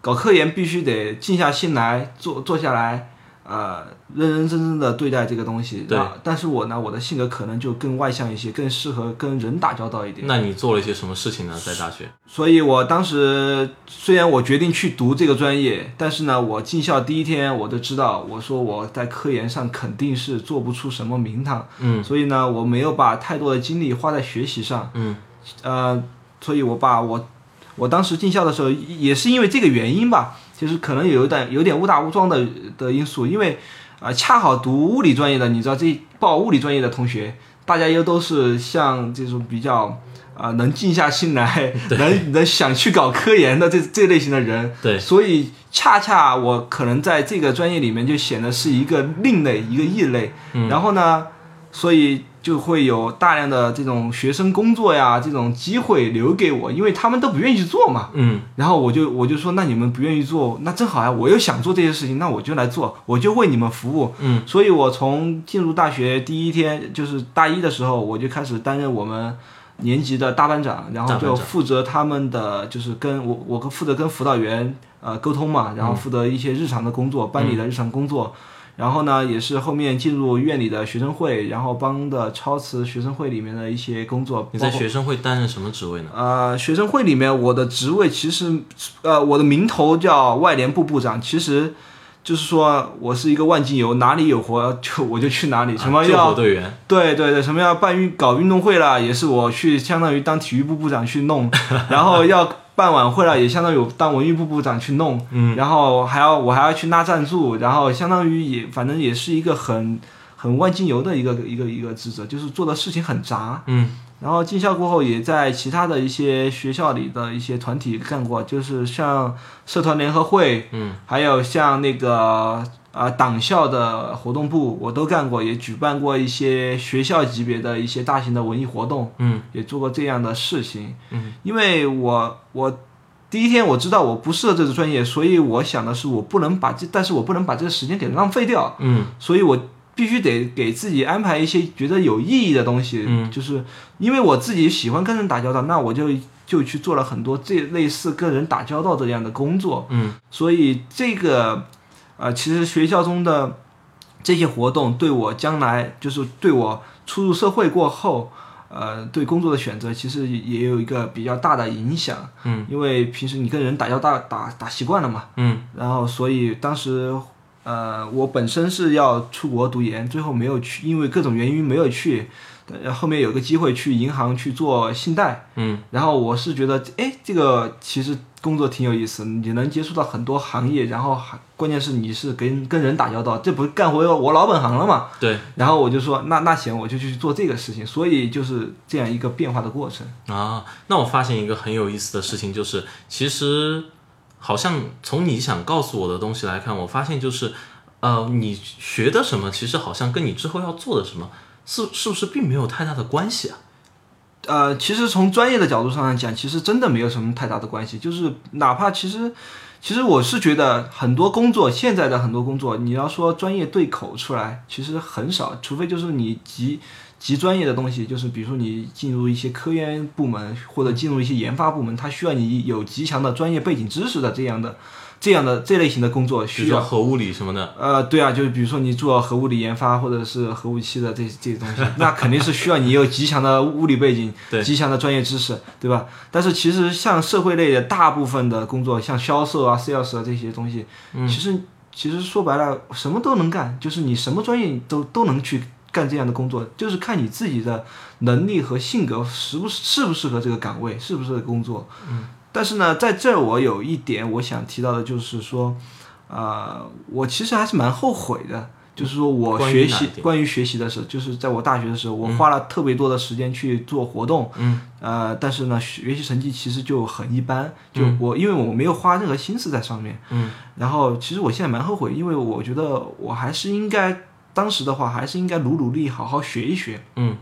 Speaker 2: 搞科研必须得静下心来，坐坐下来，呃，认认真真的对待这个东西。
Speaker 1: 对
Speaker 2: 然后。但是我呢，我的性格可能就更外向一些，更适合跟人打交道一点。
Speaker 1: 那你做了一些什么事情呢？在大学？
Speaker 2: 所以我当时虽然我决定去读这个专业，但是呢，我进校第一天我就知道，我说我在科研上肯定是做不出什么名堂，
Speaker 1: 嗯，
Speaker 2: 所以呢，我没有把太多的精力花在学习上，
Speaker 1: 嗯，
Speaker 2: 呃，所以我把我我当时进校的时候，也是因为这个原因吧，就是可能有一点有点误打误撞的的因素，因为啊、呃恰好读物理专业的，你知道这报物理专业的同学，大家又都是像这种比较啊、呃能静下心来，能能想去搞科研的这这类型的人，
Speaker 1: 对
Speaker 2: 所以恰恰我可能在这个专业里面就显得是一个另类，一个异类，然后呢，所以就会有大量的这种学生工作呀，这种机会留给我，因为他们都不愿意去做嘛，
Speaker 1: 嗯，
Speaker 2: 然后我就我就说，那你们不愿意做，那正好呀、我又想做这些事情，那我就来做，我就为你们服务。
Speaker 1: 嗯，
Speaker 2: 所以我从进入大学第一天，就是大一的时候，我就开始担任我们年级的大班长，然后
Speaker 1: 大班
Speaker 2: 就
Speaker 1: 长
Speaker 2: 负责他们的，就是跟我我负责跟辅导员呃沟通嘛，
Speaker 1: 嗯
Speaker 2: 然后负责一些日常的工作，班里的日常工作。然后呢，也是后面进入院里的学生会，然后帮的超慈学生会里面的一些工作，
Speaker 1: 你
Speaker 2: 包
Speaker 1: 在
Speaker 2: 括
Speaker 1: 学生会担任什么职位呢？
Speaker 2: 呃，学生会里面我的职位其实，呃，我的名头叫外联部部长，其实就是说我是一个万金油，哪里有活就我就去哪里，什么
Speaker 1: 啊救
Speaker 2: 要、
Speaker 1: 火队员？
Speaker 2: 对对对，什么 要办运搞运动会啦，也是我去相当于当体育部部长去弄，然后要办晚会了，也相当于我当文娱部部长去弄，
Speaker 1: 嗯
Speaker 2: 然后还要我还要去拉赞助，然后相当于也反正也是一个很很万金油的一个一个一个职责，就是做的事情很杂。
Speaker 1: 嗯
Speaker 2: 然后进校过后，也在其他的一些学校里的一些团体干过，就是像社团联合会，
Speaker 1: 嗯，
Speaker 2: 还有像那个呃党校的活动部，我都干过，也举办过一些学校级别的一些大型的文艺活动，
Speaker 1: 嗯，
Speaker 2: 也做过这样的事情，
Speaker 1: 嗯，
Speaker 2: 因为我我第一天我知道我不适合这个专业，所以我想的是我不能把这，但是我不能把这个时间给浪费掉，
Speaker 1: 嗯
Speaker 2: 所以我必须得给自己安排一些觉得有意义的东西。
Speaker 1: 嗯
Speaker 2: 就是因为我自己喜欢跟人打交道，那我就就去做了很多这类似跟人打交道这样的工作。
Speaker 1: 嗯
Speaker 2: 所以这个，呃，其实学校中的这些活动对我将来就是对我初入社会过后。呃，对工作的选择其实也有一个比较大的影响，
Speaker 1: 嗯，
Speaker 2: 因为平时你跟人打交道打打习惯了嘛，
Speaker 1: 嗯
Speaker 2: 然后所以当时，呃，我本身是要出国读研，最后没有去，因为各种原因没有去。呃后面有个机会去银行去做信贷，
Speaker 1: 嗯
Speaker 2: 然后我是觉得，哎，这个其实工作挺有意思，你能接触到很多行业，然后还关键是你是跟跟人打交道，这不是干回我老本行了嘛？
Speaker 1: 对
Speaker 2: 然后我就说，那那行，我就去做这个事情，所以就是这样一个变化的过程。
Speaker 1: 啊。那我发现一个很有意思的事情，就是其实好像从你想告诉我的东西来看，我发现就是呃，你学的什么，其实好像跟你之后要做的什么，是是不是并没有太大的关系啊？
Speaker 2: 呃，其实从专业的角度上来讲，其实真的没有什么太大的关系。就是哪怕其实，其实我是觉得很多工作，现在的很多工作，你要说专业对口出来，其实很少，除非就是你极极专业的东西，就是比如说你进入一些科研部门或者进入一些研发部门，它需要你有极强的专业背景知识的这样的这样的这类型的工作
Speaker 1: 比
Speaker 2: 需
Speaker 1: 如
Speaker 2: 要
Speaker 1: 说。核物理什么的，
Speaker 2: 呃，对啊，就是比如说你做核物理研发或者是核武器的这这些东西，那肯定是需要你有极强的物理背景
Speaker 1: 对，
Speaker 2: 极强的专业知识，对吧？但是其实像社会类的大部分的工作，像销售啊、sales 啊这些东西，
Speaker 1: 嗯
Speaker 2: 其实其实说白了什么都能干，就是你什么专业都都能去干这样的工作，就是看你自己的能力和性格适不适不适合这个岗位，适不适合工作。嗯。但是呢，在这儿我有一点我想提到的就是说。呃，我其实还是蛮后悔的，就是说我
Speaker 1: 关于
Speaker 2: 学
Speaker 1: 哪
Speaker 2: 习
Speaker 1: 一点
Speaker 2: 关于学习的事，就是在我大学的时候，我花了特别多的时间去做活动，
Speaker 1: 嗯，
Speaker 2: 呃，但是呢，学习成绩其实就很一般，就我、因为我没有花任何心思在上面，
Speaker 1: 嗯，
Speaker 2: 然后其实我现在蛮后悔，因为我觉得我还是应该当时的话，还是应该努努力，好好学一学，
Speaker 1: 嗯，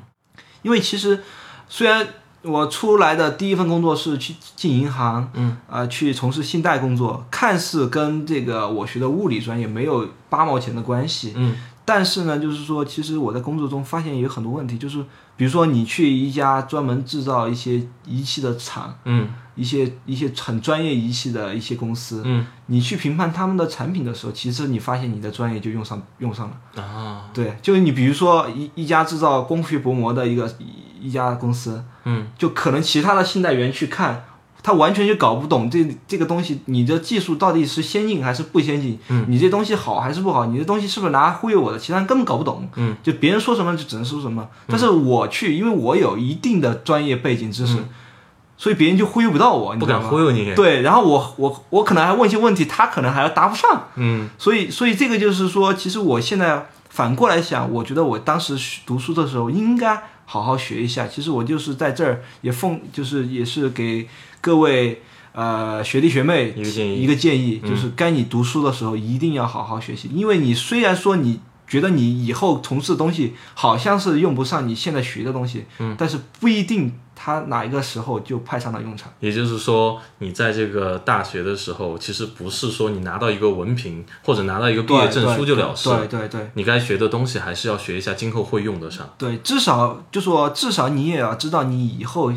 Speaker 2: 因为其实虽然。我出来的第一份工作是去进银行，
Speaker 1: 嗯，
Speaker 2: 啊、去从事信贷工作，看似跟这个我学的物理专业没有八毛钱的关系，
Speaker 1: 嗯，
Speaker 2: 但是呢，就是说，其实我在工作中发现有很多问题，就是比如说你去一家专门制造一些仪器的厂，
Speaker 1: 嗯
Speaker 2: 一些一些很专业仪器的一些公司，
Speaker 1: 嗯
Speaker 2: 你去评判他们的产品的时候，其实你发现你的专业就用上用上了。
Speaker 1: 啊
Speaker 2: 对，就是你比如说一一家制造光学薄膜的一个一一家公司，
Speaker 1: 嗯，
Speaker 2: 就可能其他的信贷员去看，他完全就搞不懂这这个东西，你的技术到底是先进还是不先进，嗯，你这东西好还是不好，你这东西是不是拿来忽悠我的，其他人根本搞不懂，
Speaker 1: 嗯，
Speaker 2: 就别人说什么就只能说什么，但是我去，因为我有一定的专业背景知识，所以别人就忽悠不到我，你
Speaker 1: 嗯不
Speaker 2: 知道
Speaker 1: 敢
Speaker 2: 吗
Speaker 1: 忽悠你。
Speaker 2: 对，然后我我我可能还问一些问题，他可能还要答不上。
Speaker 1: 嗯
Speaker 2: 所以，所以这个就是说，其实我现在反过来想，我觉得我当时学读书的时候应该好好学一下。其实我就是在这儿也奉，就是也是给各位呃学弟学妹
Speaker 1: 一个建议嗯
Speaker 2: 一个建议，就是该你读书的时候一定要好好学习，因为你虽然说你。觉得你以后从事的东西好像是用不上你现在学的东西，嗯、但是不一定它哪一个时候就派上了用场。
Speaker 1: 也就是说，你在这个大学的时候，其实不是说你拿到一个文凭或者拿到一个毕业
Speaker 2: 对
Speaker 1: 证
Speaker 2: 对
Speaker 1: 书就了事，
Speaker 2: 对对对，
Speaker 1: 你该学的东西还是要学一下，今后会用得上。
Speaker 2: 对，至少就说至少你也要知道你以后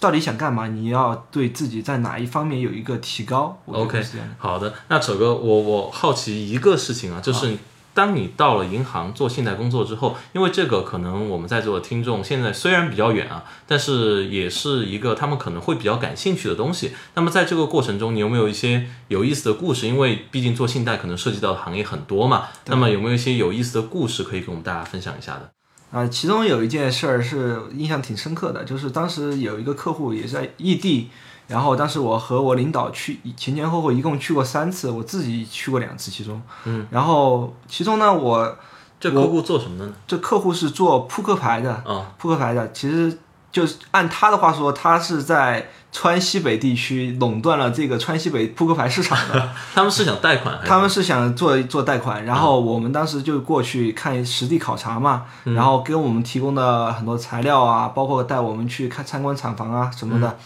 Speaker 2: 到底想干嘛，你要对自己在哪一方面有一个提高。我觉得
Speaker 1: OK，
Speaker 2: 是这样的
Speaker 1: 好的。那丑哥，我我好奇一个事情啊，就是当你到了银行做信贷工作之后，因为这个可能我们在座的听众现在虽然比较远啊，但是也是一个他们可能会比较感兴趣的东西。那么在这个过程中，你有没有一些有意思的故事？因为毕竟做信贷可能涉及到的行业很多嘛，那么有没有一些有意思的故事可以跟我们大家分享一下的？
Speaker 2: 啊、其中有一件事儿是印象挺深刻的，就是当时有一个客户也是在异地，然后当时我和我领导去前前后后一共去过三次，我自己去过两次，其中，嗯，然后其中呢，我
Speaker 1: 这客户做什么的呢？啊
Speaker 2: 这客户是做扑克牌的，扑克牌的，其实就是按他的话说，他是在川西北地区垄断了这个川西北扑克牌市场的，
Speaker 1: 他们是想贷款还是？
Speaker 2: 他们是想做做贷款，然后我们当时就过去看实地考察嘛，
Speaker 1: 嗯
Speaker 2: 然后给我们提供的很多材料啊，包括带我们去看参观厂房啊什么的，
Speaker 1: 嗯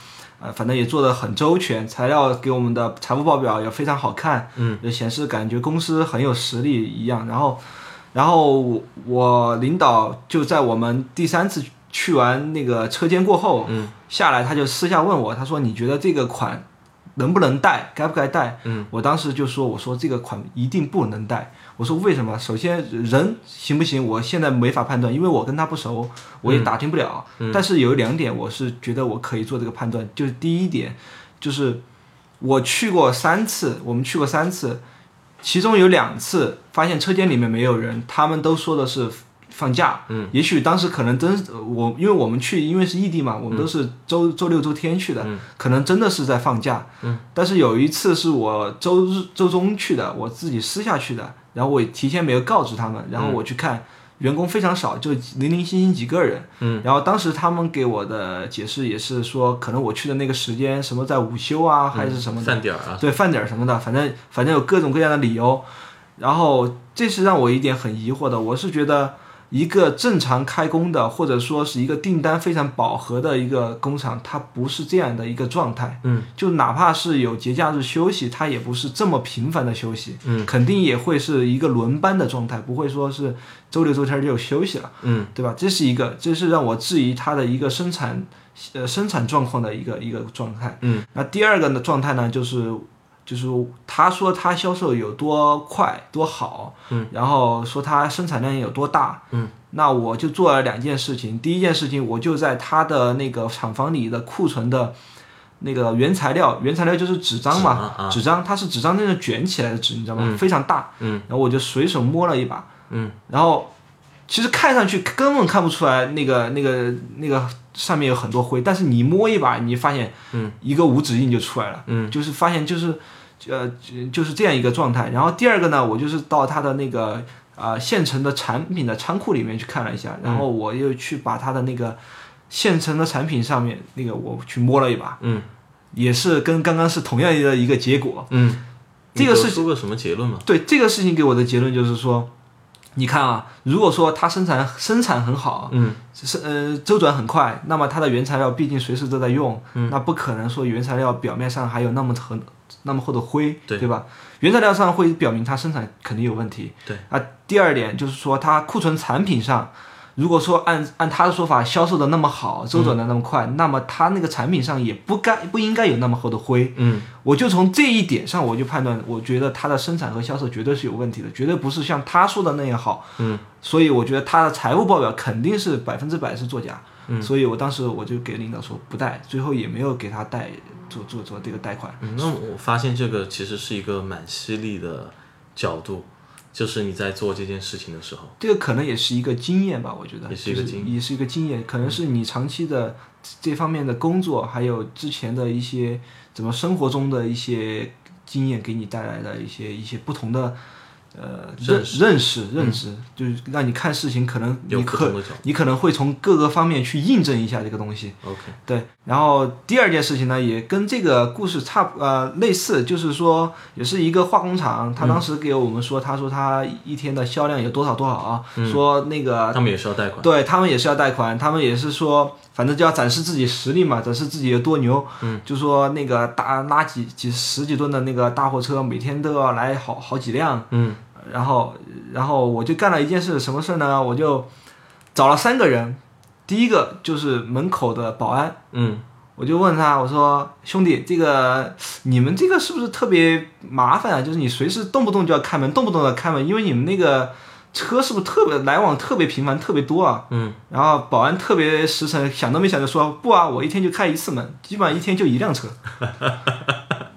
Speaker 2: 呃，反正也做的很周全，材料给我们的财务报表也非常好看，嗯，就显示感觉公司很有实力一样。然后，然后我我领导就在我们第三次去完那个车间过后，嗯，下来他就私下问我，他说你觉得这个款能不能贷，该不该贷？嗯，我当时就说，我说这个款一定不能贷。我说为什么？首先人行不行，我现在没法判断，因为我跟他不熟，我也打听不了。但是有两点，我是觉得我可以做这个判断，就是第一点，就是我去过三次，我们去过三次，其中有两次发现车间里面没有人，他们都说的是放假。嗯，也许当时可能真我，因为我们去，因为是异地嘛，我们都是周、周六周天去的，可能真的是在放假。嗯，但是有一次是我周日周中去的，我自己私下去的，然后我也提前没有告知他们，然后我去看。员工非常少，就零零星星几个人。嗯，然后当时他们给我的解释也是说，可能我去的那个时间什么在午休啊，还是什么的。
Speaker 1: 饭点儿啊？
Speaker 2: 对，饭点儿什么的，反正反正有各种各样的理由。然后这是让我一点很疑惑的，我是觉得一个正常开工的，或者说是一个订单非常饱和的一个工厂，它不是这样的一个状态。嗯，就哪怕是有节假日休息，它也不是这么频繁的休息。嗯，肯定也会是一个轮班的状态，不会说是周六周天就有休息了。嗯，对吧？这是一个，这是让我质疑它的一个生产呃生产状况的一个一个状态。嗯，那第二个呢状态呢，就是就是他说他销售有多快多好，嗯，然后说他生产量有多大，嗯，那我就做了两件事情。第一件事情，我就在他的那个厂房里的库存的。那个原材料，原材料就是纸张嘛，纸
Speaker 1: 纸
Speaker 2: 张它是纸张那种卷起来的纸，你知道吗？非常大，嗯，然后我就随手摸了一把，嗯，然后其实看上去根本看不出来那个那个那个上面有很多灰，但是你摸一把，你发现，嗯，一个五指印就出来了，嗯，就是发现就是，呃，就就是这样一个状态。然后第二个呢，我就是到它的那个啊现成的产品的仓库里面去看了一下，然后我又去把它的那个现成的产品上面那个我去摸了一把，嗯，也是跟刚刚是同样的一个结果，这个
Speaker 1: 是出个什么结论吗？
Speaker 2: 对这个事情给我的结论就是说，你看啊，如果说它生产生产很好，嗯，是呃周转很快，那么它的原材料毕竟随时都在用，嗯、那不可能说原材料表面上还有那么很那么厚的灰，对吧？原材料上会表明它生产肯定有问题。对啊，第二点就是说它库存产品上。如果说按按他的说法销售的那么好，周转的那么快，那么他那个产品上也不该不应该有那么厚的灰。嗯，我就从这一点上我就判断，我觉得它的生产和销售绝对是有问题的，绝对不是像他说的那样好。嗯，所以我觉得他的财务报表肯定是百分之百是作假。嗯，所以我当时我就给领导说不贷，最后也没有给他贷做做做这个贷款。
Speaker 1: 嗯那我发现这个其实是一个蛮犀利的角度，就是你在做这件事情的时候，
Speaker 2: 这个可能也是一个经验吧，我觉得
Speaker 1: 也是一个
Speaker 2: 经也是一个经验，可能是你长期的这方面的工作，还有之前的一些怎么生活中的一些经验给你带来的一些一些不同的呃认认识认知，就是让你看事情可能
Speaker 1: 嗯有
Speaker 2: 你
Speaker 1: 不
Speaker 2: 可
Speaker 1: 同的角
Speaker 2: 你可能会从各个方面去印证一下这个东西。
Speaker 1: 度。OK，
Speaker 2: 对，然后第二件事情呢，也跟这个故事差不呃类似，就是说也是一个化工厂，他当时给我们说，他说他一天的销量有多少多少啊，说那个
Speaker 1: 呃他们也是要贷款。
Speaker 2: 对他们也是要贷款，他们也是说，反正就要展示自己实力嘛，展示自己有多牛。嗯，就说那个大拉几几十几吨的那个大货车，每天都要来好好几辆。嗯，然后然后我就干了一件事，什么事呢？我就找了三个人，第一个就是门口的保安，
Speaker 1: 嗯，
Speaker 2: 我就问他，我说兄弟，这个你们这个是不是特别麻烦啊？就是你随时动不动就要开门，动不动就要开门，因为你们那个车是不是特别来往特别频繁，特别多啊？嗯。然后保安特别实诚，想都没想就说不啊，我一天就开一次门，基本上一天就一辆车。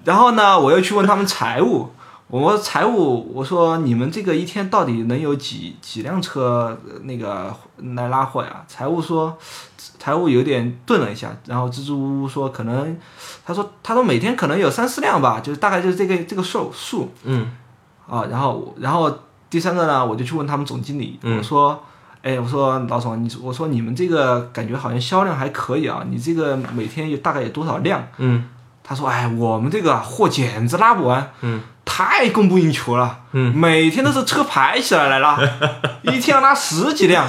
Speaker 2: 然后呢，我又去问他们财务，我财务我说你们这个一天到底能有几几辆车呃那个来拉货呀？财务说，财务有点顿了一下，然后支支吾吾说可能，他说他说每天可能有三四辆吧，就是大概就是这个这个数数，
Speaker 1: 嗯
Speaker 2: 啊，然后我然后第三个呢，我就去问他们总经理，
Speaker 1: 嗯
Speaker 2: 我说，哎，我说老总，你我说你们这个感觉好像销量还可以啊，你这个每天有大概有多少辆？
Speaker 1: 嗯
Speaker 2: 他说，哎，我们这个货简直拉不完，
Speaker 1: 嗯，
Speaker 2: 太供不应求了，
Speaker 1: 嗯，
Speaker 2: 每天都是车排起来 来拉，一天要拉十几辆。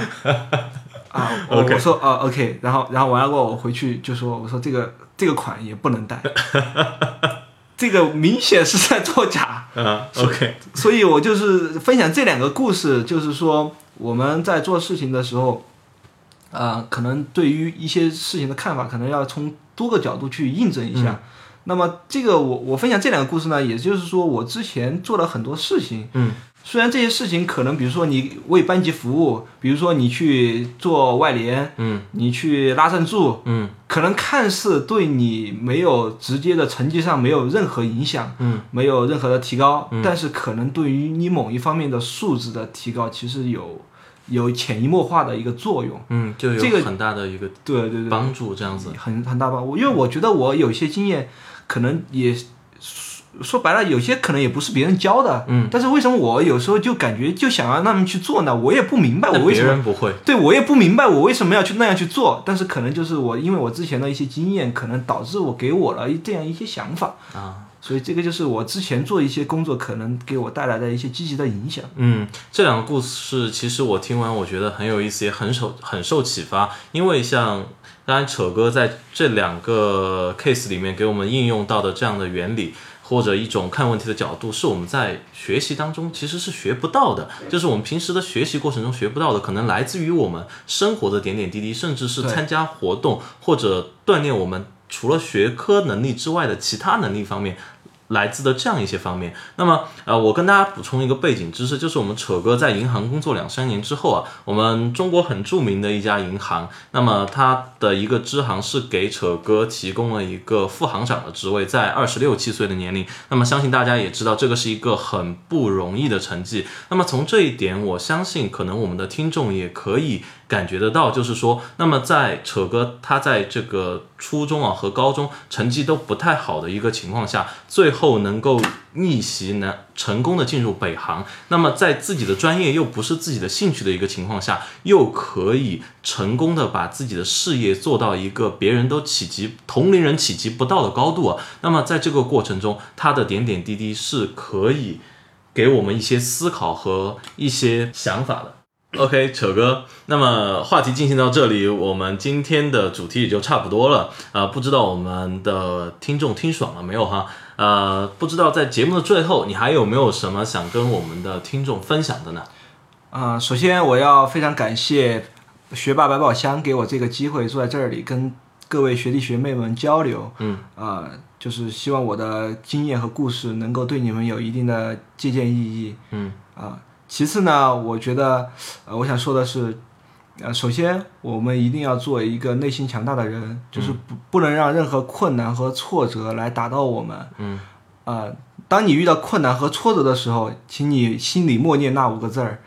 Speaker 2: 啊，我
Speaker 1: OK
Speaker 2: 我说啊 o k 然后然后完了过后我回去就说，我说这个这个款也不 能带，这个明显是在作假。
Speaker 1: 啊，OK，
Speaker 2: 所以我就是分享这两个故事，就是说我们在做事情的时候，啊、可能对于一些事情的看法，可能要从多个角度去印证一下。
Speaker 1: 嗯
Speaker 2: 那么这个我我分享这两个故事呢，也就是说我之前做了很多事情，
Speaker 1: 嗯，
Speaker 2: 虽然这些事情可能，比如说你为班级服务，比如说你去做外联，
Speaker 1: 嗯
Speaker 2: 你去拉赞助，
Speaker 1: 嗯
Speaker 2: 可能看似对你没有直接的成绩上没有任何影响，
Speaker 1: 嗯，
Speaker 2: 没有任何的提高，
Speaker 1: 嗯
Speaker 2: 但是可能对于你某一方面的素质的提高，其实有有潜移默化的一个作用。
Speaker 1: 嗯，就
Speaker 2: 这
Speaker 1: 有
Speaker 2: 个
Speaker 1: 很大的一个
Speaker 2: 对对对，
Speaker 1: 帮助，这样子，
Speaker 2: 很很大帮助。因为我觉得我有些经验，可能也说说白了，有些可能也不是别人教的，
Speaker 1: 嗯，
Speaker 2: 但是为什么我有时候就感觉就想要让他们去做呢？我也不明白我
Speaker 1: 但
Speaker 2: 为
Speaker 1: 别
Speaker 2: 什么
Speaker 1: 人不会，
Speaker 2: 对我也不明白我为什么要去那样去做，但是可能就是我因为我之前的一些经验，可能导致我给我了一这样一些想法
Speaker 1: 啊，
Speaker 2: 所以这个就是我之前做一些工作可能给我带来的一些积极的影响。
Speaker 1: 嗯，这两个故事其实我听完，我觉得很有意思，也很受很受启发。因为像当然扯哥在这两个 case 里面给我们应用到的这样的原理，或者一种看问题的角度，是我们在学习当中其实是学不到的，就是我们平时的学习过程中学不到的，可能来自于我们生活的点点滴滴，甚至是
Speaker 2: 对
Speaker 1: 参加活动或者锻炼我们除了学科能力之外的其他能力方面。来自的这样一些方面。那么，呃，我跟大家补充一个背景知识，就是我们扯哥在银行工作两三年之后啊，我们中国很著名的一家银行，那么它的一个支行是给扯哥提供了一个副行长的职位，在二十六七岁的年龄。那么，相信大家也知道，这个是一个很不容易的成绩。那么从这一点，我相信可能我们的听众也可以感觉得到，就是说，那么在扯哥他在这个初中啊和高中成绩都不太好的一个情况下，最后能够逆袭呢，成功的进入北航，那么在自己的专业又不是自己的兴趣的一个情况下，又可以成功的把自己的事业做到一个别人都企及同龄人企及不到的高度啊。那么在这个过程中，他的点点滴滴是可以。给我们一些思考和一些想法的。OK，扯哥，那么话题进行到这里，我们今天的主题也就差不多了。啊，不知道我们的听众听爽了没有哈？呃，不知道在节目的最后，你还有没有什么想跟我们的听众分享的呢？
Speaker 2: 啊、首先我要非常感谢学霸百宝箱给我这个机会坐在这里跟各位学弟学妹们交流，
Speaker 1: 嗯，
Speaker 2: 啊、就是希望我的经验和故事能够对你们有一定的借鉴意义，
Speaker 1: 嗯
Speaker 2: 啊、其次呢，我觉得呃，我想说的是。呃，首先，我们一定要做一个内心强大的人，就是
Speaker 1: 嗯
Speaker 2: 不不能让任何困难和挫折来打倒我们。
Speaker 1: 嗯，
Speaker 2: 呃，当你遇到困难和挫折的时候，请你心里默念那五个字儿，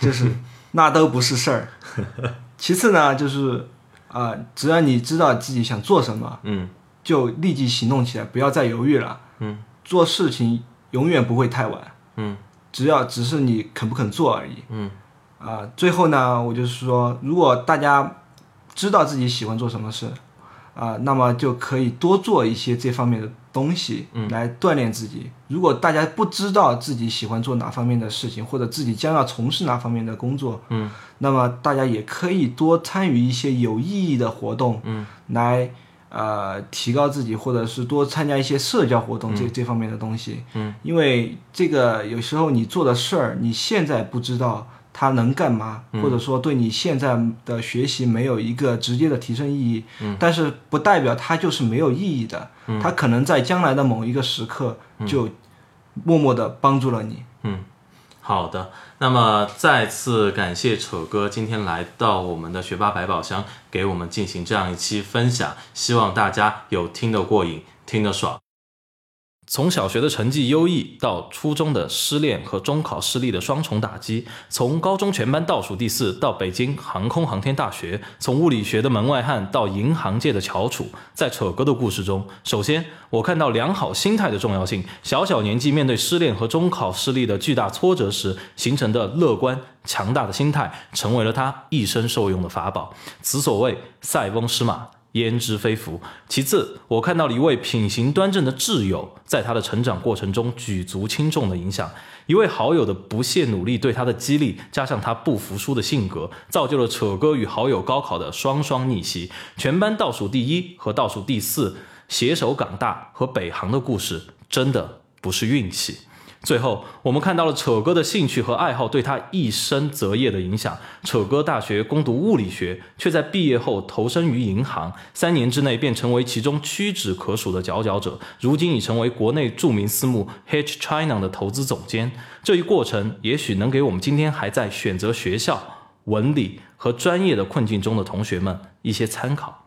Speaker 2: 就是那都不是 事儿。其次呢，就是啊、呃只要你知道自己想做什么，
Speaker 1: 嗯
Speaker 2: 就立即行动起来，不要再犹豫了。
Speaker 1: 嗯，
Speaker 2: 做事情永远不会太晚，
Speaker 1: 嗯
Speaker 2: 只要只是你肯不肯做而已。
Speaker 1: 嗯
Speaker 2: 啊、最后呢，我就是说，如果大家知道自己喜欢做什么事，啊、那么就可以多做一些这方面的东西
Speaker 1: 嗯
Speaker 2: 来锻炼自己。如果大家不知道自己喜欢做哪方面的事情，或者自己将要从事哪方面的工作，
Speaker 1: 嗯，
Speaker 2: 那么大家也可以多参与一些有意义的活动，
Speaker 1: 嗯，
Speaker 2: 来呃提高自己，或者是多参加一些社交活动这、这方面的东西，
Speaker 1: 嗯，
Speaker 2: 因为这个有时候你做的事儿，你现在不知道。它能干嘛，或者说对你现在的学习没有一个直接的提升意义，但是不代表它就是没有意义的，它可能在将来的某一个时刻就默默的帮助了你。
Speaker 1: 嗯，好的。那么再次感谢扯哥今天来到我们的学霸百宝箱，给我们进行这样一期分享，希望大家有听得过瘾，听得爽。从小学的成绩优异到初中的失恋和中考失利的双重打击，从高中全班倒数第四到北京航空航天大学，从物理学的门外汉到银行界的翘楚，在扯哥的故事中，首先我看到良好心态的重要性。小小年纪面对失恋和中考失利的巨大挫折时形成的乐观强大的心态，成为了他一生受用的法宝。此所谓塞翁失马。焉知非福。其次，我看到了一位品行端正的挚友，在他的成长过程中举足轻重的影响。一位好友的不懈努力对他的激励，加上他不服输的性格，造就了扯哥与好友高考的双双逆袭，全班倒数第一和倒数第四，携手港大和北航的故事，真的不是运气。最后，我们看到了扯哥的兴趣和爱好对他一生择业的影响。扯哥大学攻读物理学，却在毕业后投身于银行，三年之内便成为其中屈指可数的佼佼者。如今已成为国内著名私募 H China 的投资总监。这一过程也许能给我们今天还在选择学校、文理和专业的困境中的同学们一些参考。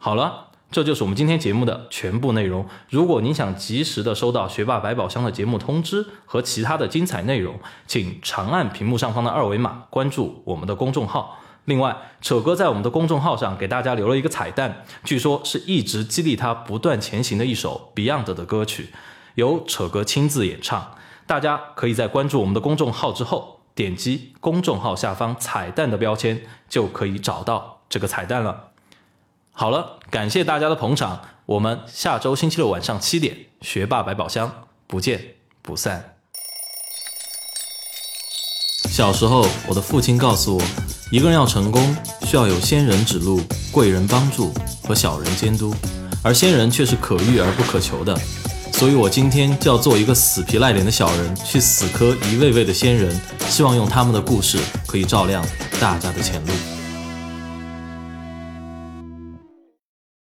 Speaker 1: 好了。这就是我们今天节目的全部内容。如果您想及时的收到学霸百宝箱的节目通知和其他的精彩内容，请长按屏幕上方的二维码关注我们的公众号。另外，扯哥在我们的公众号上给大家留了一个彩蛋，据说是一直激励他不断前行的一首 Beyond 的歌曲，由扯哥亲自演唱。大家可以在关注我们的公众号之后，点击公众号下方彩蛋的标签，就可以找到这个彩蛋了。好了，感谢大家的捧场，我们下周星期六晚上七点，学霸百宝箱不见不散。小时候，我的父亲告诉我，一个人要成功，需要有仙人指路、贵人帮助和小人监督，而仙人却是可遇而不可求的。所以我今天就要做一个死皮赖脸的小人，去死磕一位位的仙人，希望用他们的故事可以照亮大家的前路。